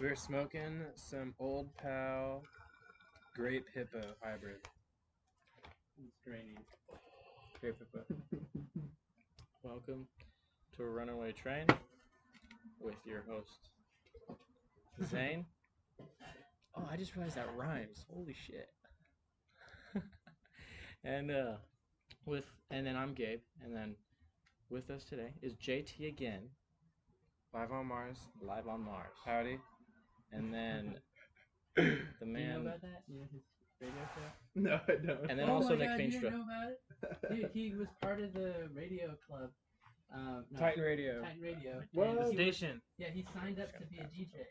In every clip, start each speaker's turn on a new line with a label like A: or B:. A: We were smoking some Old Pal Grape Hippo hybrid. It's raining. Grape Hippo. Welcome to a runaway train with your host, Zane. Oh, I just realized that rhymes. Holy shit. and uh with and then I'm Gabe and then with us today is JT again,
B: Live on Mars.
A: live on Mars.
B: Howdy.
A: And then the man
C: that? Yeah, his radio show.
B: No, I don't.
A: and then
C: oh
A: also
C: my
A: Nick
C: God, You
A: Feenstra.
C: didn't know about it? Dude, he was part of the radio club. Um, no,
B: Titan Radio.
C: Titan Radio.
B: What?
C: and he was-
A: station.
C: yeah, he signed up to be a DJ,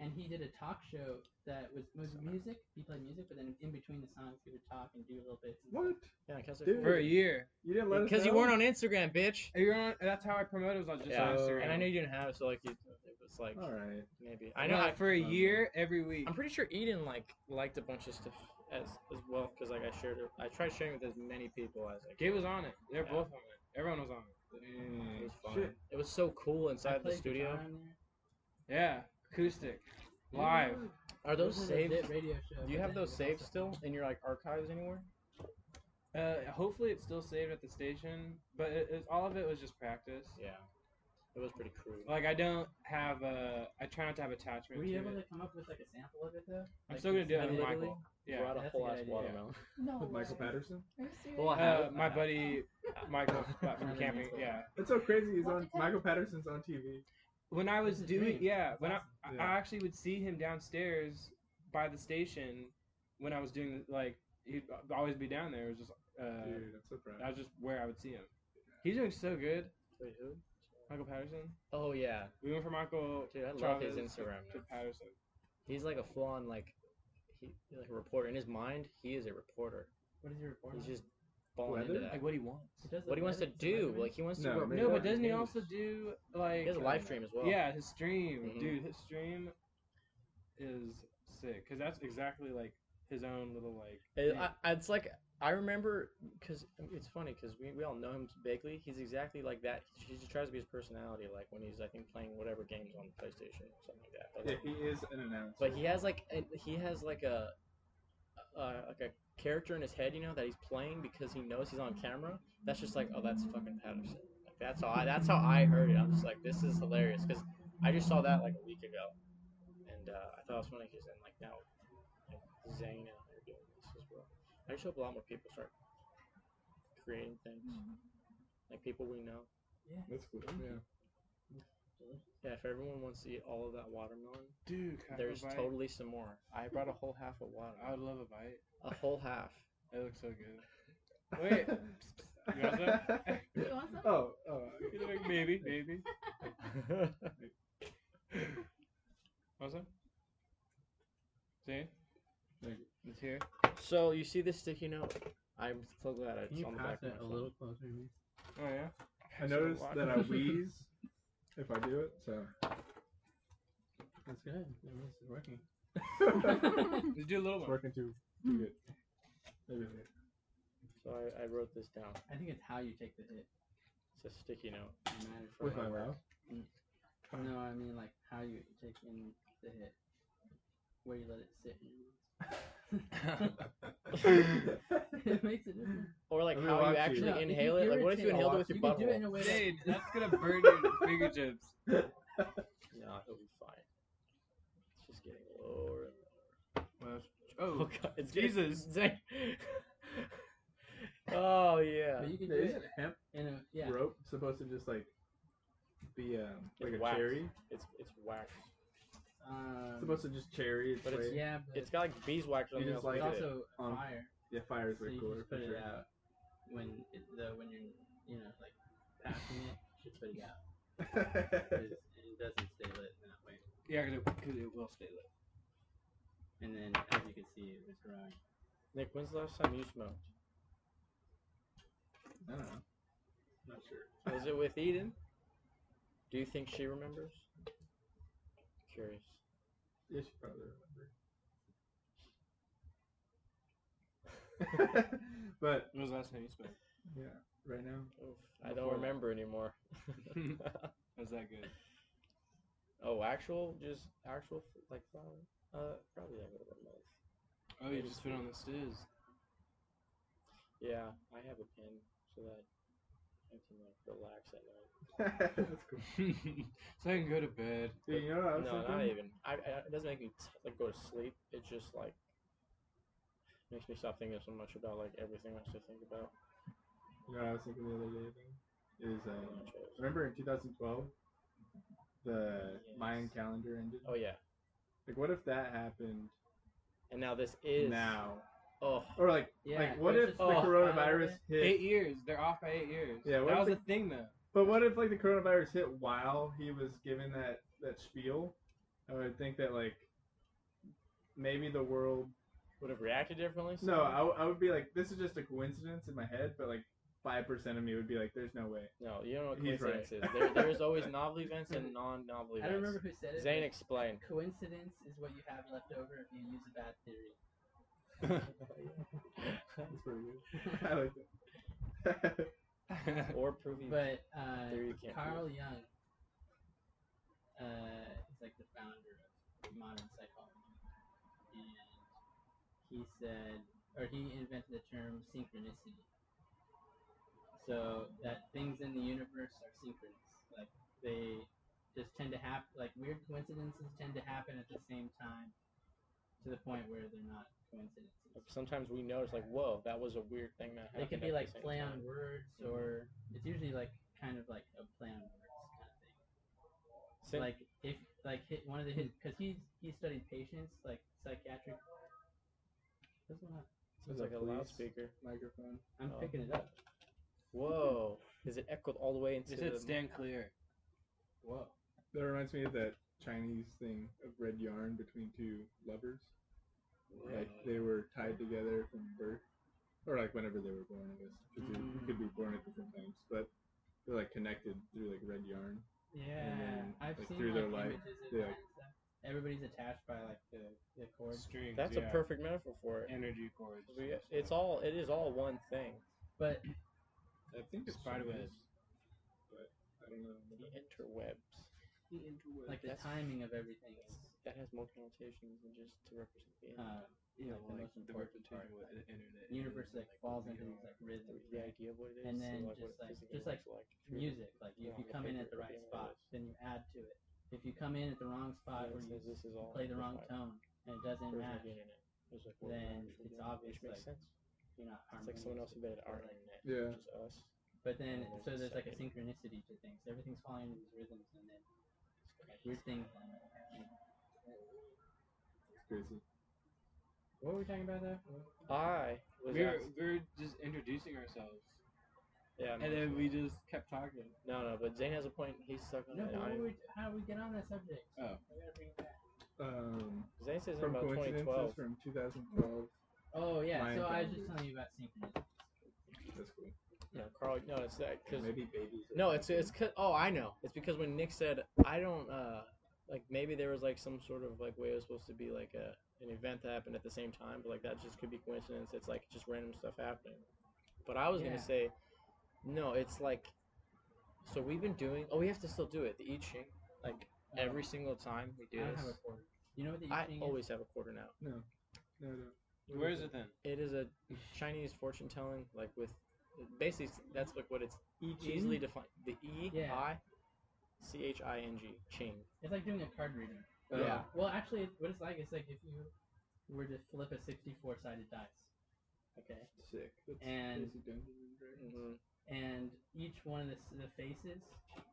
C: and he did a talk show that was was music. He played music, but then in between the songs, he would talk and do little bits. and
B: What?
A: Yeah, because
B: Dude.
A: for
B: For
A: a
B: a
A: year.
B: You didn't let us
A: Because you weren't on Instagram, bitch.
B: You're on. That's how I promoted. Was on just
A: Yeah,
B: on Instagram.
A: and I knew you didn't have it, so like you, it was like
B: All right.
A: maybe. I know. I,
B: for a year every week.
A: I'm pretty sure Eden like liked a bunch of stuff as as well because like I shared it. I tried sharing with as many people as I could.
B: Gabe was on it. They're
A: Yeah.
B: both on it. Everyone was on it.
A: It was fun.
B: Mm. Shit.
A: It was so cool
C: stuff. I
A: inside the
C: played
A: studio.
C: guitar in there.
B: Yeah. Acoustic. Live.
A: Are those
C: It was a legit
A: saved?
C: Radio show.
A: Do you
C: but
A: have
C: then
A: those
C: it was
A: saved
C: also-
A: still in your like archives anywhere?
B: Uh, hopefully it's still saved at the station, but it, it, all of it was just practice.
A: Yeah, it was pretty crude.
B: Like I don't have a. I try not to have attachment.
C: Were you
B: to
C: able
B: it.
C: to come up with like a sample of it though?
B: I'm
C: Like,
B: still gonna do it
C: some
B: with
C: literally-
B: Michael.
A: Brought
B: Yeah.
A: a
C: That's a
A: whole
C: good
A: ass
C: idea.
A: watermelon.
D: No.
E: With Michael
D: way.
E: Patterson?
D: Are you serious?
A: Well, I have-
B: Uh, my buddy Michael from
C: Another
B: camping.
C: man's
B: Yeah.
E: That's so crazy. He's
D: What
E: on
D: the-
E: Michael Patterson's on TV.
B: When I was
C: This is
B: doing,
C: dream.
B: yeah, when I, I
E: awesome.
B: I actually would see him downstairs by the station when I was doing like he'd always be down there. It was just uh,
E: Dude, I'm so proud.
B: that was just where I would see him. He's doing so good,
A: Wait, who?
B: Michael Patterson.
A: Oh yeah,
B: We went from Michael
A: dude, I love
B: Chavez
A: his Instagram.
B: to, to Patterson.
A: He's like a full on like he like a reporter. In his mind, he is a reporter.
C: What is your report?
A: He's
C: on?
A: just balling
E: Weather?
A: into that.
B: Like what he wants.
C: It does
A: What he
C: look
A: wants to
C: like it's a
A: do,
C: recommend-
A: like he wants to
E: No,
A: work.
E: maybe
B: No,
E: Yeah,
B: but doesn't he
A: news.
B: also do like
A: He has a live stream as well.
B: Yeah, his stream,
A: Mhm.
B: dude. His stream is sick because that's exactly like his own little like.
A: It-
B: thing.
A: I, it's like I remember because it's funny because we, we all know him vaguely. He's exactly like that. He just tries to be his personality, like when he's I think playing whatever games on the PlayStation or something like that. But,
E: Yeah,
A: like,
E: he is an announcer.
A: but he has like a, he has like a, a like a character in his head, you know, that he's playing because he knows he's on camera. That's just like oh, that's fucking Patterson. Like that's how I that's how I heard it. I'm just like this is hilarious because I just saw that like a week ago, and uh, I thought it was funny because then like now you know, Zane and I are doing this as well. I just hope a lot more people start creating things like people we know.
E: That's cool. Yeah.
A: Yeah, if everyone wants to eat all of that watermelon,
B: dude, can I have a
A: there's
B: bite?
A: totally some more. I brought a whole half of watermelon.
B: I would love a bite.
A: A whole half.
B: It looks so good. Wait, you want that?
D: You want some?
E: Oh, oh.
B: You're like, maybe, maybe. What's that? See?
E: Thank
B: It's here.
A: so you see this sticky note? I'm so glad
C: Can
A: it's
C: you
A: on the
C: pass
A: back
C: it
A: of my
C: a
A: phone.
C: little closer to me?
B: Oh yeah.
E: I noticed that I wheeze if I do it, so.
C: That's good. It was working.
E: it's
B: Let's do a little one.
E: working too, too good. Maybe.
A: So I, I wrote this down.
C: I think it's how you take the hit.
A: It's a sticky note.
C: It matters.
E: With my mouth.
C: No, I mean like how you take in the hit, where you let it sit in your mouth. it makes a difference.
A: Or like
E: Let me
A: how you
E: watch you.
A: actually
C: No, if you
A: inhale it. Like what if you
C: irritate-
A: inhaled it with your
C: you can do it in
A: butthole?
C: a way that-
B: Jade, that's gonna burn your fingertips.
A: No, it'll be fine. It's just getting lower and lower.
B: Well,
A: Oh
B: oh,
A: god, it's
B: Jesus.
A: getting- oh yeah.
C: but you can do
E: Isn't
C: it
E: hemp
C: in a yeah.
E: rope supposed to just like be um,
A: It's
E: like a
A: wax.
E: cherry?
A: It's it's wax.
C: Um,
E: It's supposed to just cherry its
A: But it's-
E: way.
C: yeah, but
A: It's got like beeswax on
E: You
A: the
C: it's
E: just like
A: outside.
C: also
E: on-
C: fire,
E: Yeah, fire is
C: so
E: way
C: you
E: cooler
C: just put
E: for
C: it
E: sure.
C: out when it, the when you're you know like passing it, just put it out. 'Cause it doesn't stay lit in that way.
B: yeah, because it, 'cause it will stay lit.
C: And then as you can see, it was growing.
A: Nick, when's the last time you smoked?
E: I don't know.
C: Not sure.
A: Was it with Eden? Do you think she remembers? Curious.
E: Yeah, she probably remember. but
B: When was the last time you smoked?
E: yeah, right now.
A: I
E: Before
A: don't
E: that.
A: remember anymore.
B: Was that good?
A: Oh, actual, just actual, like flour? Uh, probably like a little bit less.
B: Oh, you just fit on the stairs.
A: Yeah, I have a pen so that I can like relax at night.
E: That's cool.
B: so I can go to bed.
E: Dude, you know what I was
A: No, not
E: thinking?
A: even. I, I, it doesn't make me t- like go to sleep. It just like makes me stop thinking so much about like everything else to think about.
E: You know what I was thinking the other day though? Is
A: Pretty
E: uh,
A: much it.
E: remember in 2012 the
A: Yes.
E: Mayan calendar ended?
A: Oh yeah,
E: Like what if that happened
A: and now this is
E: now?
A: Oh,
E: Or like
C: Yeah,
E: like what
C: it's just
E: if the
A: like
C: a spiral
E: coronavirus
C: bit.
E: hit
B: Eight years. They're off by eight years.
E: Yeah, what
B: that
E: if
B: was a thing though.
E: But what if like the coronavirus hit while he was giving that that spiel? I would think that like maybe the world.
A: would have reacted differently.
E: No, I, w- I would be like this is just a coincidence in my head, but like five percent of me would be like, there's no way.
A: no, you don't know what
E: He's right.
A: coincidence is. There, there is always novel events and non-novel
C: I don't
A: events.
C: remember who said it.
A: Zane,
C: but
A: explain.
C: Coincidence is what you have left over if you use a bad theory.
E: That's pretty good. I like that.
A: or proving
C: But uh,
A: Hmm. Theory you can't
C: Carl Jung uh, is like the founder of modern psychology, and he said, or he invented the term synchronicity. So that things in the universe are synchronous, like they just tend to happen. Like weird coincidences tend to happen at the same time, to the point where they're not coincidences.
A: sometimes we notice like, whoa, that was a weird thing that happened.
C: It could
A: at
C: be
A: the
C: like
A: same
C: play
A: time.
C: on words, or it's usually like kind of like a play on words kind of thing.
A: Syn-
C: Like if like hit one of the his because he's he studied patients like psychiatric. This one, up?
A: sounds
E: Is
A: like
E: that
A: a
E: police?
A: loudspeaker.
C: microphone. I'm
A: Oh.
C: picking it up.
A: Whoa, is it echoed all the way into
B: They
A: the
B: said stand clear.
C: Whoa.
E: That reminds me of that Chinese thing of red yarn between two lovers. Like they were tied together from birth, or like whenever they were born, I guess. 'cause they
C: Mm.
E: could be born at different times, but they're like connected through like red yarn.
C: Yeah,
E: then,
C: I've
E: like,
C: seen
E: through
C: like
E: their
C: images
E: life,
C: of
E: they,
C: that
E: like-
C: and stuff. Everybody's attached by like the the cord.
B: Strings,
A: That's
B: yeah.
A: a perfect metaphor for it.
B: energy cords.
A: We- It's all it is all one thing.
C: But
E: I think it's
B: Spider
E: Chinese,
B: webs.
E: but I don't
A: The
E: know.
A: interwebs.
C: like the
A: That's-
C: timing of everything is
A: That has more connotations than just to represent the
C: uh,
A: internet.
B: you know,
C: like, the
B: like
C: most
B: the
C: important part.
B: reputation with the internet.
C: The universe like falls into these like
A: The-
C: rhythms.
A: the
C: right?
A: idea of what it is.
C: And
A: so,
C: then
A: like, what
C: just,
A: it
C: like-
A: physically
C: just, like,
A: looks like through
C: music. Like if
A: Yeah,
C: you
A: the
C: come in at the
A: paper,
C: right
A: yeah,
C: spot,
A: it's-
C: then you add to it. If you come in at the wrong spot
A: Yeah,
C: or
A: it
C: you
A: says this is all
C: play the wrong
A: unified.
C: tone and it doesn't
A: Version of
C: match,
A: the internet. It's like, we're actually
C: then it's
A: doing it,
C: obvious,
A: Which makes
C: like,
A: sense.
C: you're not
A: It's like someone else invented our internet,
E: Yeah.
A: which is us.
C: But then,
A: and there's a
C: so there's like a
A: second.
C: synchronicity to things. Everything's falling into these rhythms, and then like, weird things.
E: It's crazy.
C: What were we talking about there?
A: I was
B: We're,
A: asked-
B: we're just introducing ourselves,
A: yeah,
B: and then we just kept talking.
A: no no, but Zane has a point. He's stuck on
C: No,
A: it.
C: what
A: I'm-
C: were we, how did we get on that subject?
B: Oh.
A: Uh,
C: I gotta bring it back.
E: Um,
A: Zane says
E: from
A: about
E: coincidences
A: 2012.
E: from 2012.
C: Oh yeah,
E: Mind
C: so I was just
E: boggling.
C: telling you about synchronicity.
E: That's cool.
A: No, Carl. No, it's that because
E: Maybe babies. are
A: No, it's
E: connected.
A: it's 'cause- oh I know. It's because when Nick said I don't uh like maybe there was like some sort of like way it was supposed to be like a an event that happened at the same time, but like that just could be coincidence. It's like just random stuff happening. But I was
C: Yeah.
A: gonna say, no, it's like so we've been doing. Oh, we have to still do it. The I Ching, like every single time we
C: I
A: do
C: don't have
A: this.
C: a quarter. You know what the I
A: I
C: Ching is?
A: always have a quarter now.
E: No, no.
B: Where is it then?
A: It is a Chinese fortune telling, like with basically it's- that's like what it's
E: E
A: easily defined. The E
C: Yeah.
A: I C H I N G Ching.
C: It's like doing a card reading.
E: uh,
A: Yeah.
C: Well, actually, what it's like is like if you were to flip a 64 sided dice, okay,
E: Sick. That's
C: And-
E: crazy Dungeons and Dragons.
A: Mhm.
C: and each one of the, s- the faces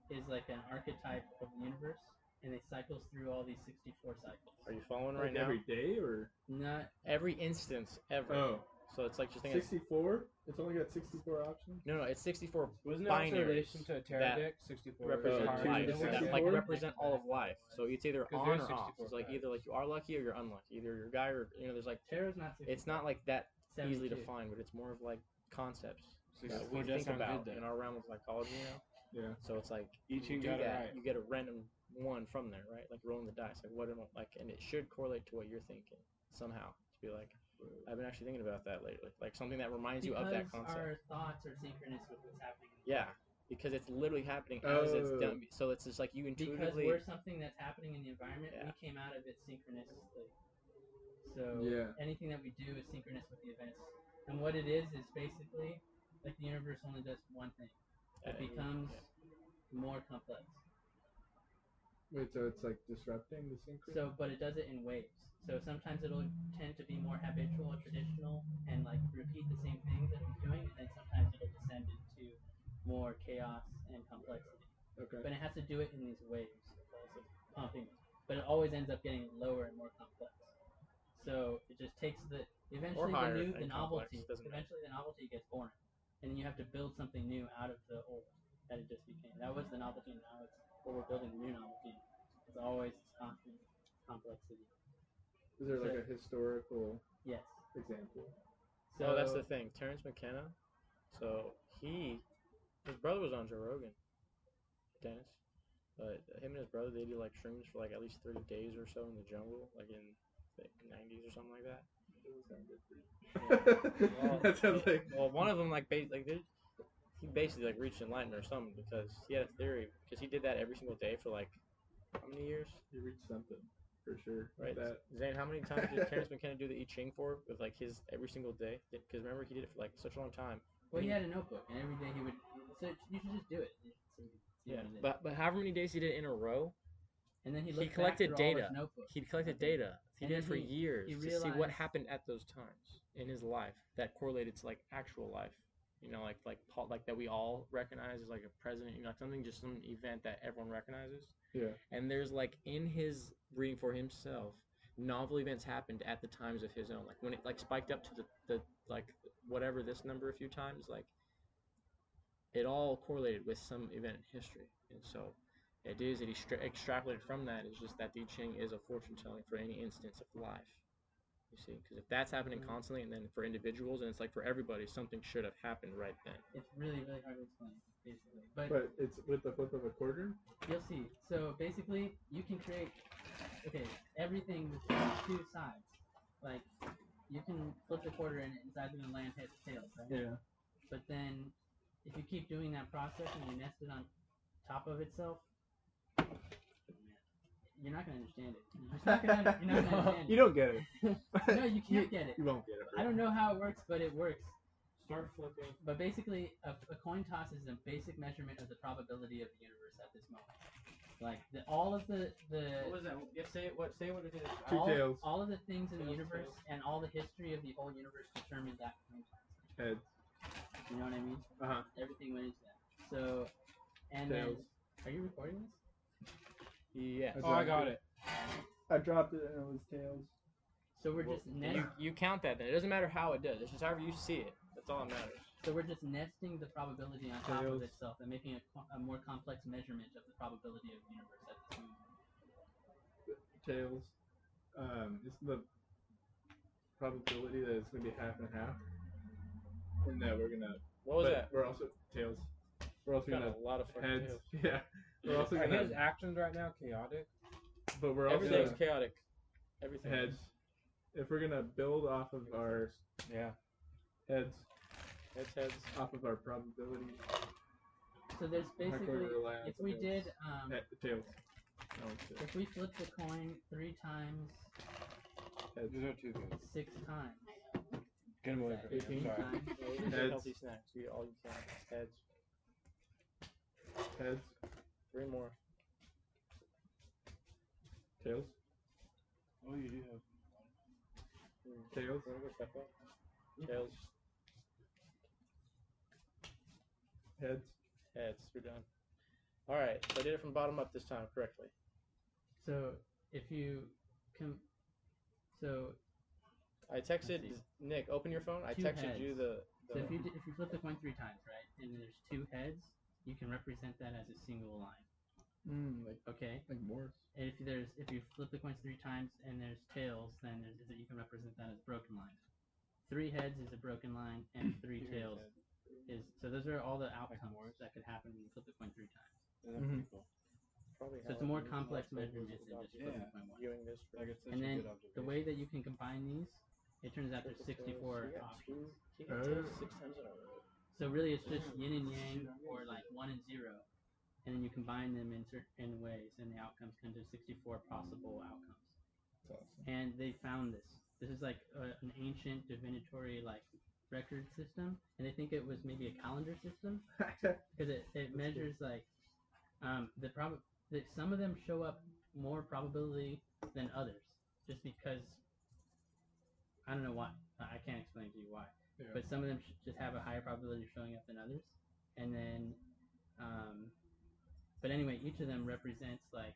C: is like an archetype of the universe, and it cycles through all these 64
A: Are
C: cycles.
A: you following
E: Like
A: right now?
E: every day or
C: Not
A: Every instance ever.
E: oh
A: So it's like just think. It's,
E: 64? It's only got 64 options.
A: no, no, it's 64
B: Wasn't it also in
A: Binaries
B: relation to a tarot
A: that
B: deck? Sixty-four.
A: represent
E: Oh,
B: cards.
E: two
A: life.
E: to
A: That, like
E: 64?
A: represent all of life. So it's either
B: 'Cause
A: on
B: there's
A: or off.
B: 64
A: It's like either like you are lucky or you're unlucky. Either you're a guy or you know. There's like
C: Tarot's not 64.
A: it's not like that easily
C: 72.
A: defined, but it's more of like concepts that
B: Sixty-four
A: we
B: does
A: think
B: sound
A: about
B: good
A: in
B: though.
A: our realm of psychology now.
E: Yeah.
A: So it's like
B: Each
A: when you
B: and
A: do
B: got it
A: that,
B: right.
A: you get a random one from there, right? Like rolling the dice. Like what am I like? And it should correlate to what you're thinking somehow. To be like, I've been actually thinking about that lately. Like something that reminds you of that
C: Because
A: concept.
C: Our thoughts are synchronous with what's happening.
A: Yeah, because it's literally happening as it's
E: Oh.
A: done. So it's just like you
C: Because
A: intuitively.
C: we're something that's happening in the environment,
A: Yeah.
C: we came out of it synchronistically. So
E: Yeah.
C: anything that we do is synchronous with the events. And what it is is basically like the universe only does one thing.
A: uh,
C: It becomes more complex.
E: Wait, so it's like disrupting the synchro?
C: So, but it does it in waves. So sometimes it'll tend to be more habitual, traditional, and like repeat the same things that it's doing, and then sometimes it'll descend into more chaos and complexity.
E: okay.
C: But it has to do it in these waves, like, sort of pumping. But it always ends up getting lower and more complex. So it just takes the eventually
A: higher
C: the new the
A: and complex,
C: novelty.
A: doesn't matter.
C: Eventually the novelty gets boring, and you have to build something new out of the old that it just became. That was the novelty. and Now it's what we're building the new novelty. It's always this constant complexity.
E: Is there like a historical
C: Yes.
E: example?
C: So
A: oh, that's the thing. Terrence McKenna. So he, his brother was on Joe Rogan, Dennis. But him and his brother, they did like shrooms for like at least thirty days or so in the jungle, like in the nineties or something like that. Well,
E: that sounds
A: yeah,
E: like
A: well, one of them like ba- like they- he basically like reached enlightenment or something because he had a theory because he did that every single day for like how many years?
E: you reached something for sure. with
A: Right.
E: That
A: Zane, how many times did Terrence McKenna do the I Ching for with like his every single day? Because remember he did it for like such a long time.
C: well, he had a notebook, and every day he would. So you should just do it. See what you
A: Yeah.
C: did.
A: But but however many days he did it in a row,
C: and then he,
A: he
C: looked back
A: collected
C: through all his
A: data.
C: notebook.
A: he collected
C: Okay.
A: data. He
C: And
A: did
C: then
A: it for
C: he- he
A: years to see what
C: realized-
A: happened at those times in his life that correlated to like actual life. You know, like like Paul, like that we all recognize as like a president. You know, like something just some event that everyone recognizes.
E: Yeah.
A: And there's like in his reading for himself, novel events happened at the times of his own. Like when it like spiked up to the, the like whatever this number a few times, like it all correlated with some event in history. And so it is that he stra- extrapolated from that is just that the I Ching is a fortune telling for any instance of life. You see, because if that's happening
C: Mhm.
A: constantly, and then for individuals, and it's like for everybody, something should have happened right then.
C: It's really, really hard to explain, basically. But,
E: but it's with the flip of a quarter.
C: you'll see. So basically, you can create. Okay, everything with these two sides. Like, you can flip the quarter and it's either gonna land heads or tails, right?
E: Yeah.
C: But then, if you keep doing that process and you nest it on top of itself, you're not gonna understand it. You're just not gonna. You're not gonna understand
E: you don't get it.
C: it. No, you can't get it.
E: You won't get it.
C: I don't know how it works, but it works.
B: Start flipping.
C: But basically, a, a coin toss is a basic measurement of the probability of the universe at this moment. Like the, all of the
F: What
C: the
F: was that? Yeah, say what? Say what it is.
E: Two
C: all,
E: tails.
C: all of the things in the
F: Tails,
C: universe
F: tails.
C: and all the history of the whole universe determined that coin toss.
E: Heads.
C: You know what I mean?
E: Uh-huh.
C: Everything went into that. So, and then,
E: Tails.
C: are you recording this?
A: Yeah.
E: That's
B: Oh, I got it.
E: I dropped it and it was tails.
C: So we're
A: Well,
C: just
A: You,
C: nest,
A: you count that then. It doesn't matter how it does. It's just however you see it. That's all that matters.
C: so we're just nesting the probability on top
E: Tails.
C: of itself and making a, qu- a more complex measurement of the probability of the universe at this moment.
E: Tails. Um, is the probability that it's gonna be half and half, and that we're gonna.
A: What was
E: but
A: that?
E: We're also tails. We're also
A: Got
E: gonna
A: a lot of fucking
E: heads.
A: tails.
E: Yeah. We're also
B: Are his
E: gonna.
B: actions right now chaotic?
E: But we're also
A: Everything's
E: gonna
A: chaotic. Everything.
E: heads. If we're gonna build off of our
B: Yeah.
E: heads,
A: Heads. Heads.
E: off of our probability,
C: So there's
E: we're not gonna
C: basically,
E: rely on
C: if we
E: tails.
C: did, um,
E: Head- tails. No, it's tails.
C: If we flip the coin three times,
E: Heads.
B: These are two good.
C: six times,
B: Get him away from me. I'm
E: Eighteen.
B: sorry.
C: times
A: Yeah, you can
E: Heads.
A: take healthy snacks. You eat all you can. Heads.
E: Heads.
A: Three more.
E: Tails.
B: Oh, you do have.
A: Mm.
E: Tails.
A: You wanna go step up?
C: Mm-hmm.
A: Tails.
E: Heads.
A: Heads. You're done. All right. So I did it from bottom up this time correctly.
C: so if you can, so
A: I texted
C: see.
A: Nick. Open your phone. I
C: Two
A: texted you
C: heads.
A: the.
C: so
A: the
C: if you d- if you flip the coin three times, right, and there's two heads, you can represent that as a single line,
E: Mm, like
C: okay?
E: like Morse.
C: And if there's if you flip the coins three times and there's tails, then there's, you can represent that as broken line. Three heads is a broken line, and three tails is so. Those are all the outcomes
B: Morse.
C: that could happen when you flip the coin three times.
B: Yeah, that's
E: Mhm.
B: pretty cool.
A: probably
C: So it's
A: how
C: a more
A: I- I
C: complex
A: was
C: measurement than just flipping
B: Yeah.
C: coin one.
A: Viewing this. for-
B: Like, it's such
C: And
B: a
C: then
B: good
C: the
B: observation.
C: way that you can combine these, it turns out there's 64
A: He got
C: options.
A: two- he got
E: Oh.
A: tails six times in a row.
C: So really, it's just yin and yang, or like one and zero, and then you combine them in certain ways, and the outcomes come to 64 possible outcomes.
E: It's awesome.
C: And they found this. This is like a, an ancient divinatory like record system, and they think it was maybe a calendar system because it, it measures like um, the prob that some of them show up more probability than others, just because I don't know why. I I can't explain to you why
E: Yeah.
C: but some of them sh- just have a higher probability of showing up than others. And then, um, but anyway, each of them represents like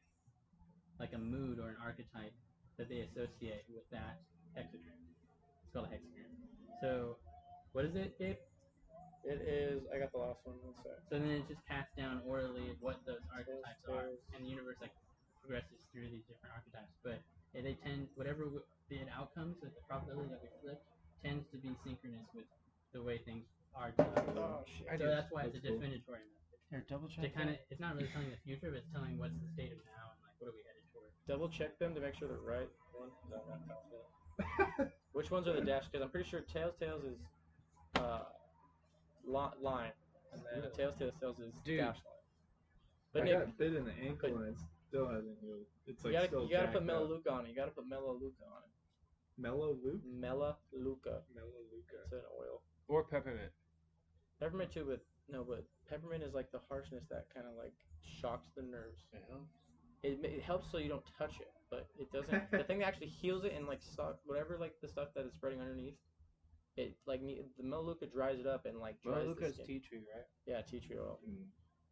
C: like a mood or an archetype that they associate with that hexagram. It's called a hexagram. So, what is it, Gabe?
G: It is. I got the last one. One sec.
C: So then it just passed down orally what those archetypes are,
G: Upstairs.
C: and the universe like progresses through these different archetypes. But eh, they tend, whatever w- the outcomes, that the probability that we flip tends to be synchronous with the way things are. done.
G: Oh shit.
B: I
C: So that's why it's a
E: That's cool.
C: definitory method.
A: Here, double check.
C: To kind of, it's not really telling the future, but it's telling what's the state of now and like what are we headed toward.
G: Double check them to make sure they're right. One. No, not Tails. Which ones are the dash? Because I'm pretty sure Tails Tails is uh, li- line, and then Tails Tails Tails is
B: Dude.
G: dash line. But
E: I
G: Nick,
E: got bit in the ankle and it still hasn't healed. It's
G: you gotta,
E: like still
G: you gotta put
E: jacked up.
G: Mela Luca on it. You gotta put Mela Luca on it.
E: Mellow Luke?
G: Mela Luca.
E: Mellow Luca.
G: It's an oil.
B: Or peppermint.
G: Peppermint too, but no, but peppermint is like the harshness that kind of like shocks the nerves. It, ma- it helps so you don't touch it, but it doesn't. the thing that actually heals it and like suck whatever like the stuff that is spreading underneath, it like ne- the Melaleuca dries it up and like dries the
B: Luca's
G: skin.
B: tea tree, right?
G: yeah, tea tree oil,
E: Mm.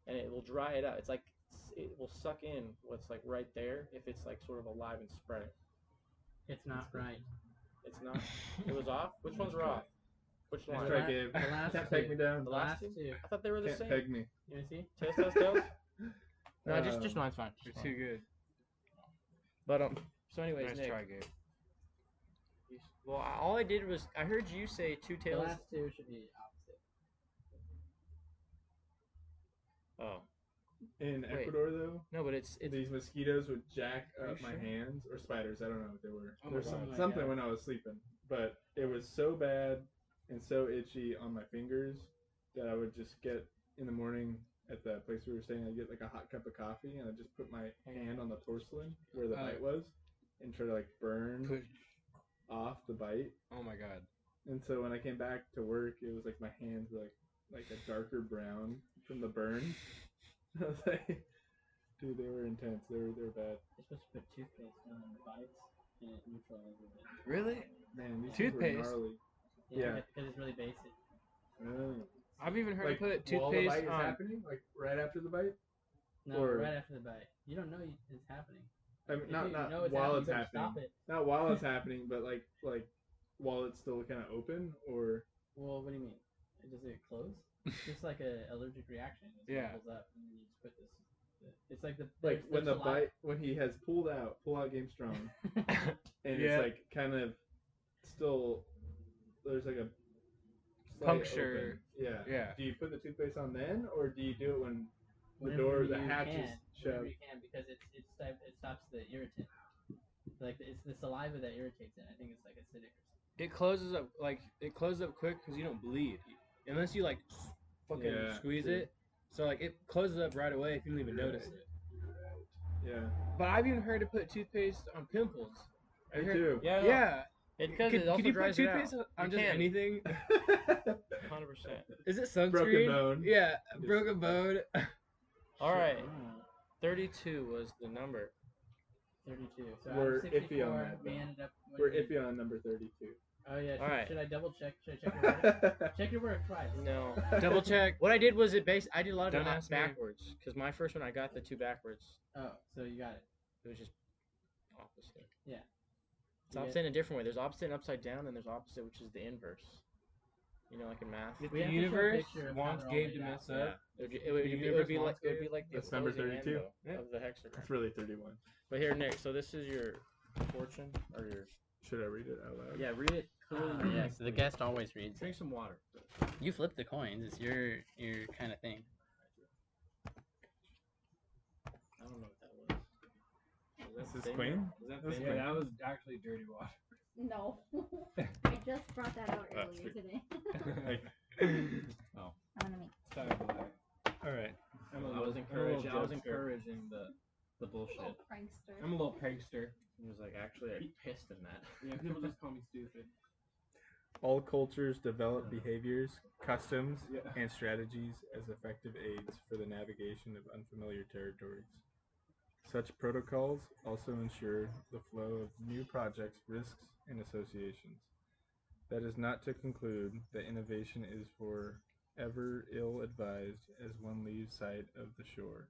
G: and it will dry it up. It's like s- it will suck in what's like right there if it's like sort of alive and spreading.
C: It's not right.
G: It's not. it was off. Which ones were off? Which
E: Nice
G: line?
E: try,
C: Alright.
E: Gabe.
C: The last
E: Can't peg
C: two.
E: me down.
G: The
C: The
G: last
C: last
G: two?
C: two.
G: I thought they were the
E: Can't
G: same.
E: peg me.
C: You wanna see?
G: Tails, tails, tails. No, just
E: Um,
G: just no, it's fine.
B: They're too good.
G: But um. So anyways,
B: Nice
G: Nick.
B: try, Gabe.
G: you s- Well, I- all I did was I heard you say two
C: The
G: tails.
C: last two should be opposite.
G: Oh
E: In
G: Wait.
E: Ecuador, though,
G: no, but it's it's
E: these mosquitoes would jack
B: Are you
E: up my
B: sure?
E: hands or spiders. I don't know what they were.
B: Oh
E: There
B: my
E: was some-
C: God.
E: something when I was sleeping, but it was so bad and so itchy on my fingers that I would just get in the morning at the place we were staying. I'd get like a hot cup of coffee and I'd just put my hand on the porcelain where the
B: Oh.
E: bite was and try to like burn off the bite.
B: Oh my god.
E: And so when I came back to work, it was like my hands were like like a darker brown from the burn. I was like, dude, they were intense. They were they were bad.
C: You're supposed to put toothpaste down in the bites and it neutralizes it.
B: Really?
E: Man, these
B: Toothpaste?
E: things were gnarly. Yeah.
C: Because it's really basic.
E: Mm.
B: I've even heard
E: Like,
B: to put
E: while the
B: toothpaste
E: bite is
B: on.
E: happening, like right after the bite.
C: No,
E: Or-
C: right after the bite. You don't know you- it's happening.
E: I mean,
C: If
E: not
C: you
E: not
C: know it's
E: while
C: happening,
E: it's
C: you better
E: happening,
C: Stop it.
E: not while it's happening, but like like while it's still kind of open or
C: Well, what do you mean? It- Does it close? It's just like a allergic reaction. It
B: Yeah.
C: Pulls up and then you just put this. It's like the
E: like
C: there's-
E: when the
C: there's saliva-
E: bite when he has pulled out pull out game strong and
B: Yeah.
E: it's like kind of still there's like a slight
B: Puncture.
E: open. Yeah.
B: Yeah.
E: Do you put the toothpaste on then, or do you do it when the
C: Whenever
E: door the
C: you
E: hatch is
C: can, whenever
E: shut?
C: you can, because it's, it's stop, it stops the irritant. Like it's the saliva that irritates it. I think it's like acidic.
B: It closes up like it closes up quick because you don't bleed unless you like fucking
E: Yeah,
B: squeeze
E: true.
B: it. So like it closes up right away if you don't even
E: Right.
B: notice it.
E: Yeah.
B: But I've even heard to put toothpaste on pimples. I
E: Me
B: heard-
E: too.
G: yeah, yeah.
B: Yeah.
G: It because
B: could,
G: it also
B: could you
G: dries
B: put
G: it
B: toothpaste
G: out.
B: on
G: You
B: just
G: can.
B: anything?
G: Hundred percent.
B: Is it sunscreen?
E: Broken bone.
B: Yeah,
E: Just-
B: broken bone.
G: All right,
E: Ah.
G: thirty-two was the number.
C: Thirty-two. So
E: We're
C: out of
E: iffy on
C: 64,
E: that,
C: We
E: though.
C: ended up. what
E: We're
C: did we-
E: iffy on number thirty-two.
C: Oh yeah. Should,
G: Alright.
C: should I double check? Should I check your work? check your work twice.
G: No.
B: Double check.
G: What I did was it based. I did a lot of
B: Don't
G: it
B: ask me.
G: backwards because my first one I got the two backwards.
C: Oh, so you got it.
G: It was just opposite.
C: Yeah.
G: It's
C: You
G: opposite in a different way. There's opposite and upside down, and there's opposite, which is the inverse. You know, like in math.
B: If
C: We
B: the
C: have to show a
B: universe
C: picture of how
B: wants
C: they're all
B: Gabe to
C: laid out.
B: mess up,
G: It would,
B: The
G: it would, it would be- it would
B: universe
G: be like
B: wants
G: it would
B: to-
G: be like the
E: That's number
G: opposing end,
E: 32.
G: though,
B: Yeah.
G: of the hexagram.
E: That's really thirty-one.
G: But here, Nick. So this is your fortune or your
E: Should I read it out loud?
G: yeah. Read it
C: Ah, yeah, so the guest always reads.
B: drink some water.
C: You flip the coins. It's your your kind of thing.
G: I don't know what that was.
E: This is Queen.
B: Is that
E: That's
B: thin?
E: fine.
B: was actually dirty water.
D: No. I just brought that out
E: That's
D: earlier today.
E: Like,
G: was encouraged. I was encouraging the the bullshit.
D: prankster.
B: I'm a
G: Oh,
B: little prankster.
G: He was like, actually, I pissed in that.
B: Yeah, people just call me stupid.
E: All cultures develop behaviors, customs,
B: Yeah.
E: and strategies as effective aids for the navigation of unfamiliar territories. Such protocols also ensure the flow of new projects, risks, and associations. That is not to conclude that innovation is forever ill advised as one leaves sight of the shore.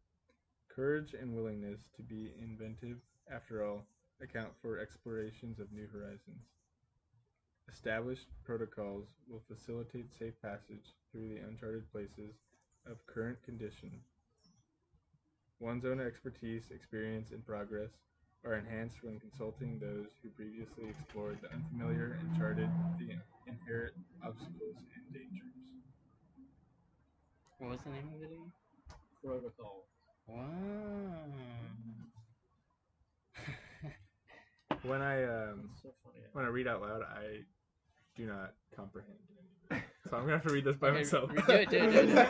E: Courage and willingness to be inventive, after all, account for explorations of new horizons. Established protocols will facilitate safe passage through the uncharted places of current condition. One's own expertise, experience, and progress are enhanced when consulting those who previously explored the unfamiliar and charted the inherent obstacles and dangers.
C: What was the name of it again?
G: Protocol.
C: Wow.
E: When I um,
G: That's so funny.
E: when I read out loud, I do not comprehend. Any of it. So I'm gonna have to read this by
C: Okay,
E: myself.
C: redo it, do it, do it, do
G: uh,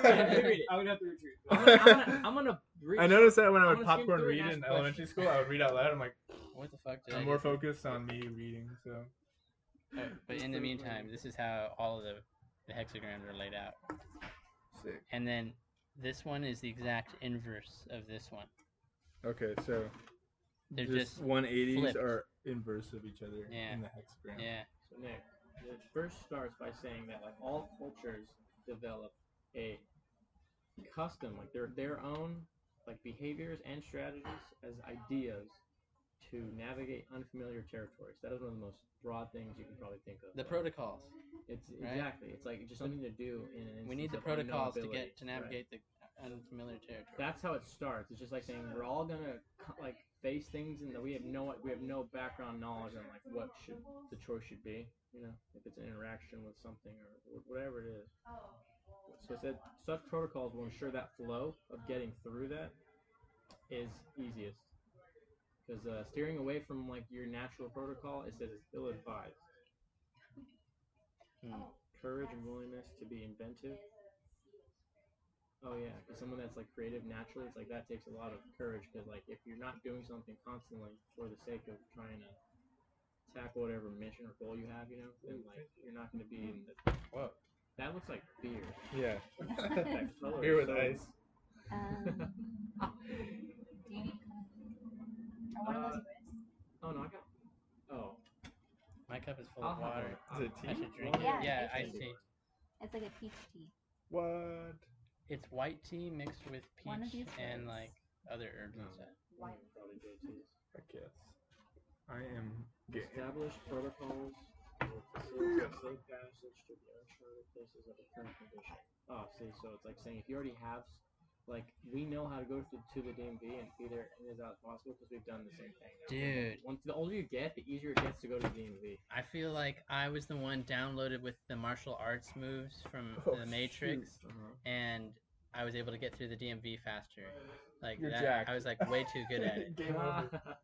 C: it.
B: I would have to retreat.
G: I'm gonna, I'm gonna, I'm gonna read-
E: I noticed that when I
G: I
E: would
G: wanna skim
E: popcorn
G: through it
E: read
G: and
E: in
G: ask
E: elementary school, I would read out loud. I'm like,
C: What the fuck did I
E: I'm more
C: just do?
E: focused on me reading. So
C: Uh, But in the meantime, this is how all of the, the hexagrams are laid out.
E: sick.
C: And then this one is the exact inverse of this one.
E: Okay, so
C: They're
E: just,
C: just,
E: 180s
C: flipped.
E: are inverse of each other
C: Yeah.
E: in the hexagram.
C: yeah.
A: So Nick, it first starts by saying that like all cultures develop a custom, like their their own like behaviors and strategies as ideas to navigate unfamiliar territories. That is one of the most broad things you can probably think of.
C: The
A: Like,
C: protocols.
A: It's
C: right?
A: exactly. It's like just something to do. In an
C: We need
A: instance
C: the
A: of
C: protocols to
A: unknowability,
C: get to
A: right?
C: navigate the unfamiliar territory.
A: That's how it starts. It's just like saying we're all gonna co- like face things, and that we have no we have no background knowledge on like what should the choice should be. You know, if it's an interaction with something or wh- whatever it is. So it said such protocols will ensure that flow of getting through that is easiest. Because uh, steering away from like your natural protocol, it says it's ill-advised.
C: Hmm.
A: Courage and willingness to be inventive. Oh yeah, because someone that's like creative naturally, it's like that takes a lot of courage. Because like if you're not doing something constantly for the sake of trying to tackle whatever mission or goal you have, you know, then like you're not going to be in the.
E: Whoa.
A: That looks like beer.
E: Yeah.
A: That color
E: Beer
A: is
E: with
A: so-
E: ice.
D: Um, do you need Are one of
A: Uh,
D: those wrists?
A: Oh no, I got. Oh,
C: My cup is full
A: I'll
C: of
A: have
C: water.
A: one.
E: Is it
C: I
E: tea?
C: should drink it.
D: Yeah,
C: Yeah,
D: it's
C: iced
D: tea.
C: tea.
D: It's like a peach tea.
E: What?
C: It's white tea mixed with
D: One of
C: peach
D: these
C: and
D: days.
C: like other herbs and
A: No.
C: stuff.
D: White.
A: Probably good too.
E: I guess. I am gay.
A: Establish protocols will facilitate safe passage to the uncharted places of the current condition. Oh, see, so it's like saying if you already have, s- like, we know how to go to, to the DMV and be there in as out as possible because we've done the same thing.
C: Dude,
A: Once the older you get, the easier it gets to go to the DMV.
C: I feel like I was the one downloaded with the martial arts moves from
E: Oh,
C: the
E: shoot.
C: Matrix,
A: Uh-huh.
C: and I was able to get through the DMV faster. Like
E: You're
C: that,
E: jacked.
C: I was like way too good at it.
E: Game over.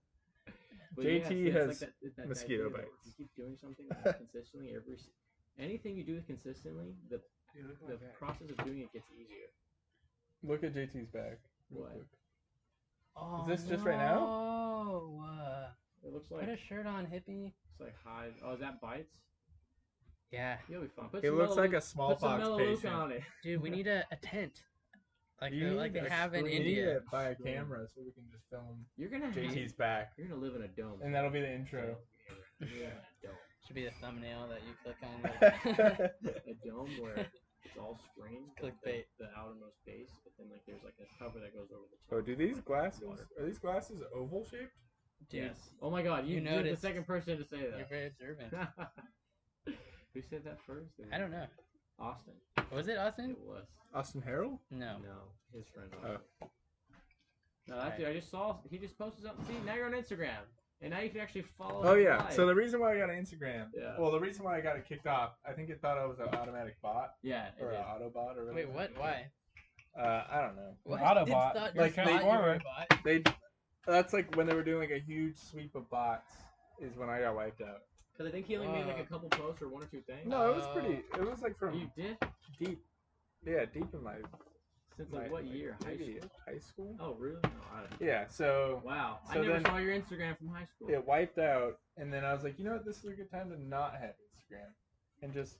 A: But
E: JT
A: yeah, see, it's
E: has
A: that- it's that
E: mosquito
A: idea that
E: bites.
A: You keep doing something like, consistently every. s- Anything you do consistently, the the process of doing it gets easier.
E: Look at JT's back. real
A: What?
E: quick.
C: Oh,
E: this just right now?
C: no. Uh,
A: It looks
C: put a
A: like
C: shirt on, hippie.
A: it's like hive. Oh, is that bites?
C: Yeah,
A: You'll be fine. Put
E: It
A: some
E: looks
A: Melaleuca-
E: like a
A: Put some
E: smallpox
A: Melaleuca
E: patient.
A: on it.
C: dude, we need a, a tent, like
E: You
G: uh,
C: the, like
E: need
C: they
E: a
C: have in
E: screen- you need
C: India.
E: to buy a
A: Screen.
E: camera so we can just film
A: You're gonna have,
E: JT's back,
A: You're gonna live in a dome.
E: and that'll be the
A: So,
E: intro.
A: you're gonna live in a dome.
C: Should be the thumbnail that you click on.
A: A dome where it's all screen.
C: Clickbait.
A: The, the outermost base, but then like there's like a cover that goes over the top.
E: oh, do these
A: like,
E: glasses
A: water.
E: are these glasses oval shaped?
C: Dude,
A: Yes. Oh my God! You,
C: You
A: you are the
C: noticed.
A: second person to say
C: You're
A: that.
C: very observant.
A: Who said that first? It
C: I
A: was
C: don't know.
A: Austin.
C: Was it Austin?
A: It was.
E: Austin Harrell?
C: No.
A: No, his friend.
E: Oh.
A: Austin. No, that dude. I just saw. He just posted something. See, now you're on Instagram, and now you can actually follow.
E: Oh
A: his
E: yeah.
A: life.
E: So the reason why I got an Instagram.
A: Yeah.
E: Well, the reason why I got it kicked off, I think it thought I was an automatic bot
A: yeah. it
E: or
A: is.
E: an Autobot or whatever.
C: Wait, what? Why?
E: Uh, I don't know.
C: What?
E: Autobot,
C: It's not
E: like
C: just bot, you were a
E: Transformer.
C: bot.
E: They. That's like when they were doing like a huge sweep of bots. Is when I got wiped out.
A: Because I think he only made like
C: Uh,
A: a couple posts or one or two things.
E: No, it was pretty. It was like
A: You
E: from
A: did?
E: deep. Yeah, deep in my
A: Since like
E: my-
A: what
E: my
A: year? High
E: maybe
A: school?
E: High school?
A: Oh, really? No, I don't
E: Yeah, so
A: Wow.
E: So
A: I never
E: then-
A: saw your Instagram from high school.
E: it wiped out, and then I was like, you know what, this is a good time to not have Instagram and just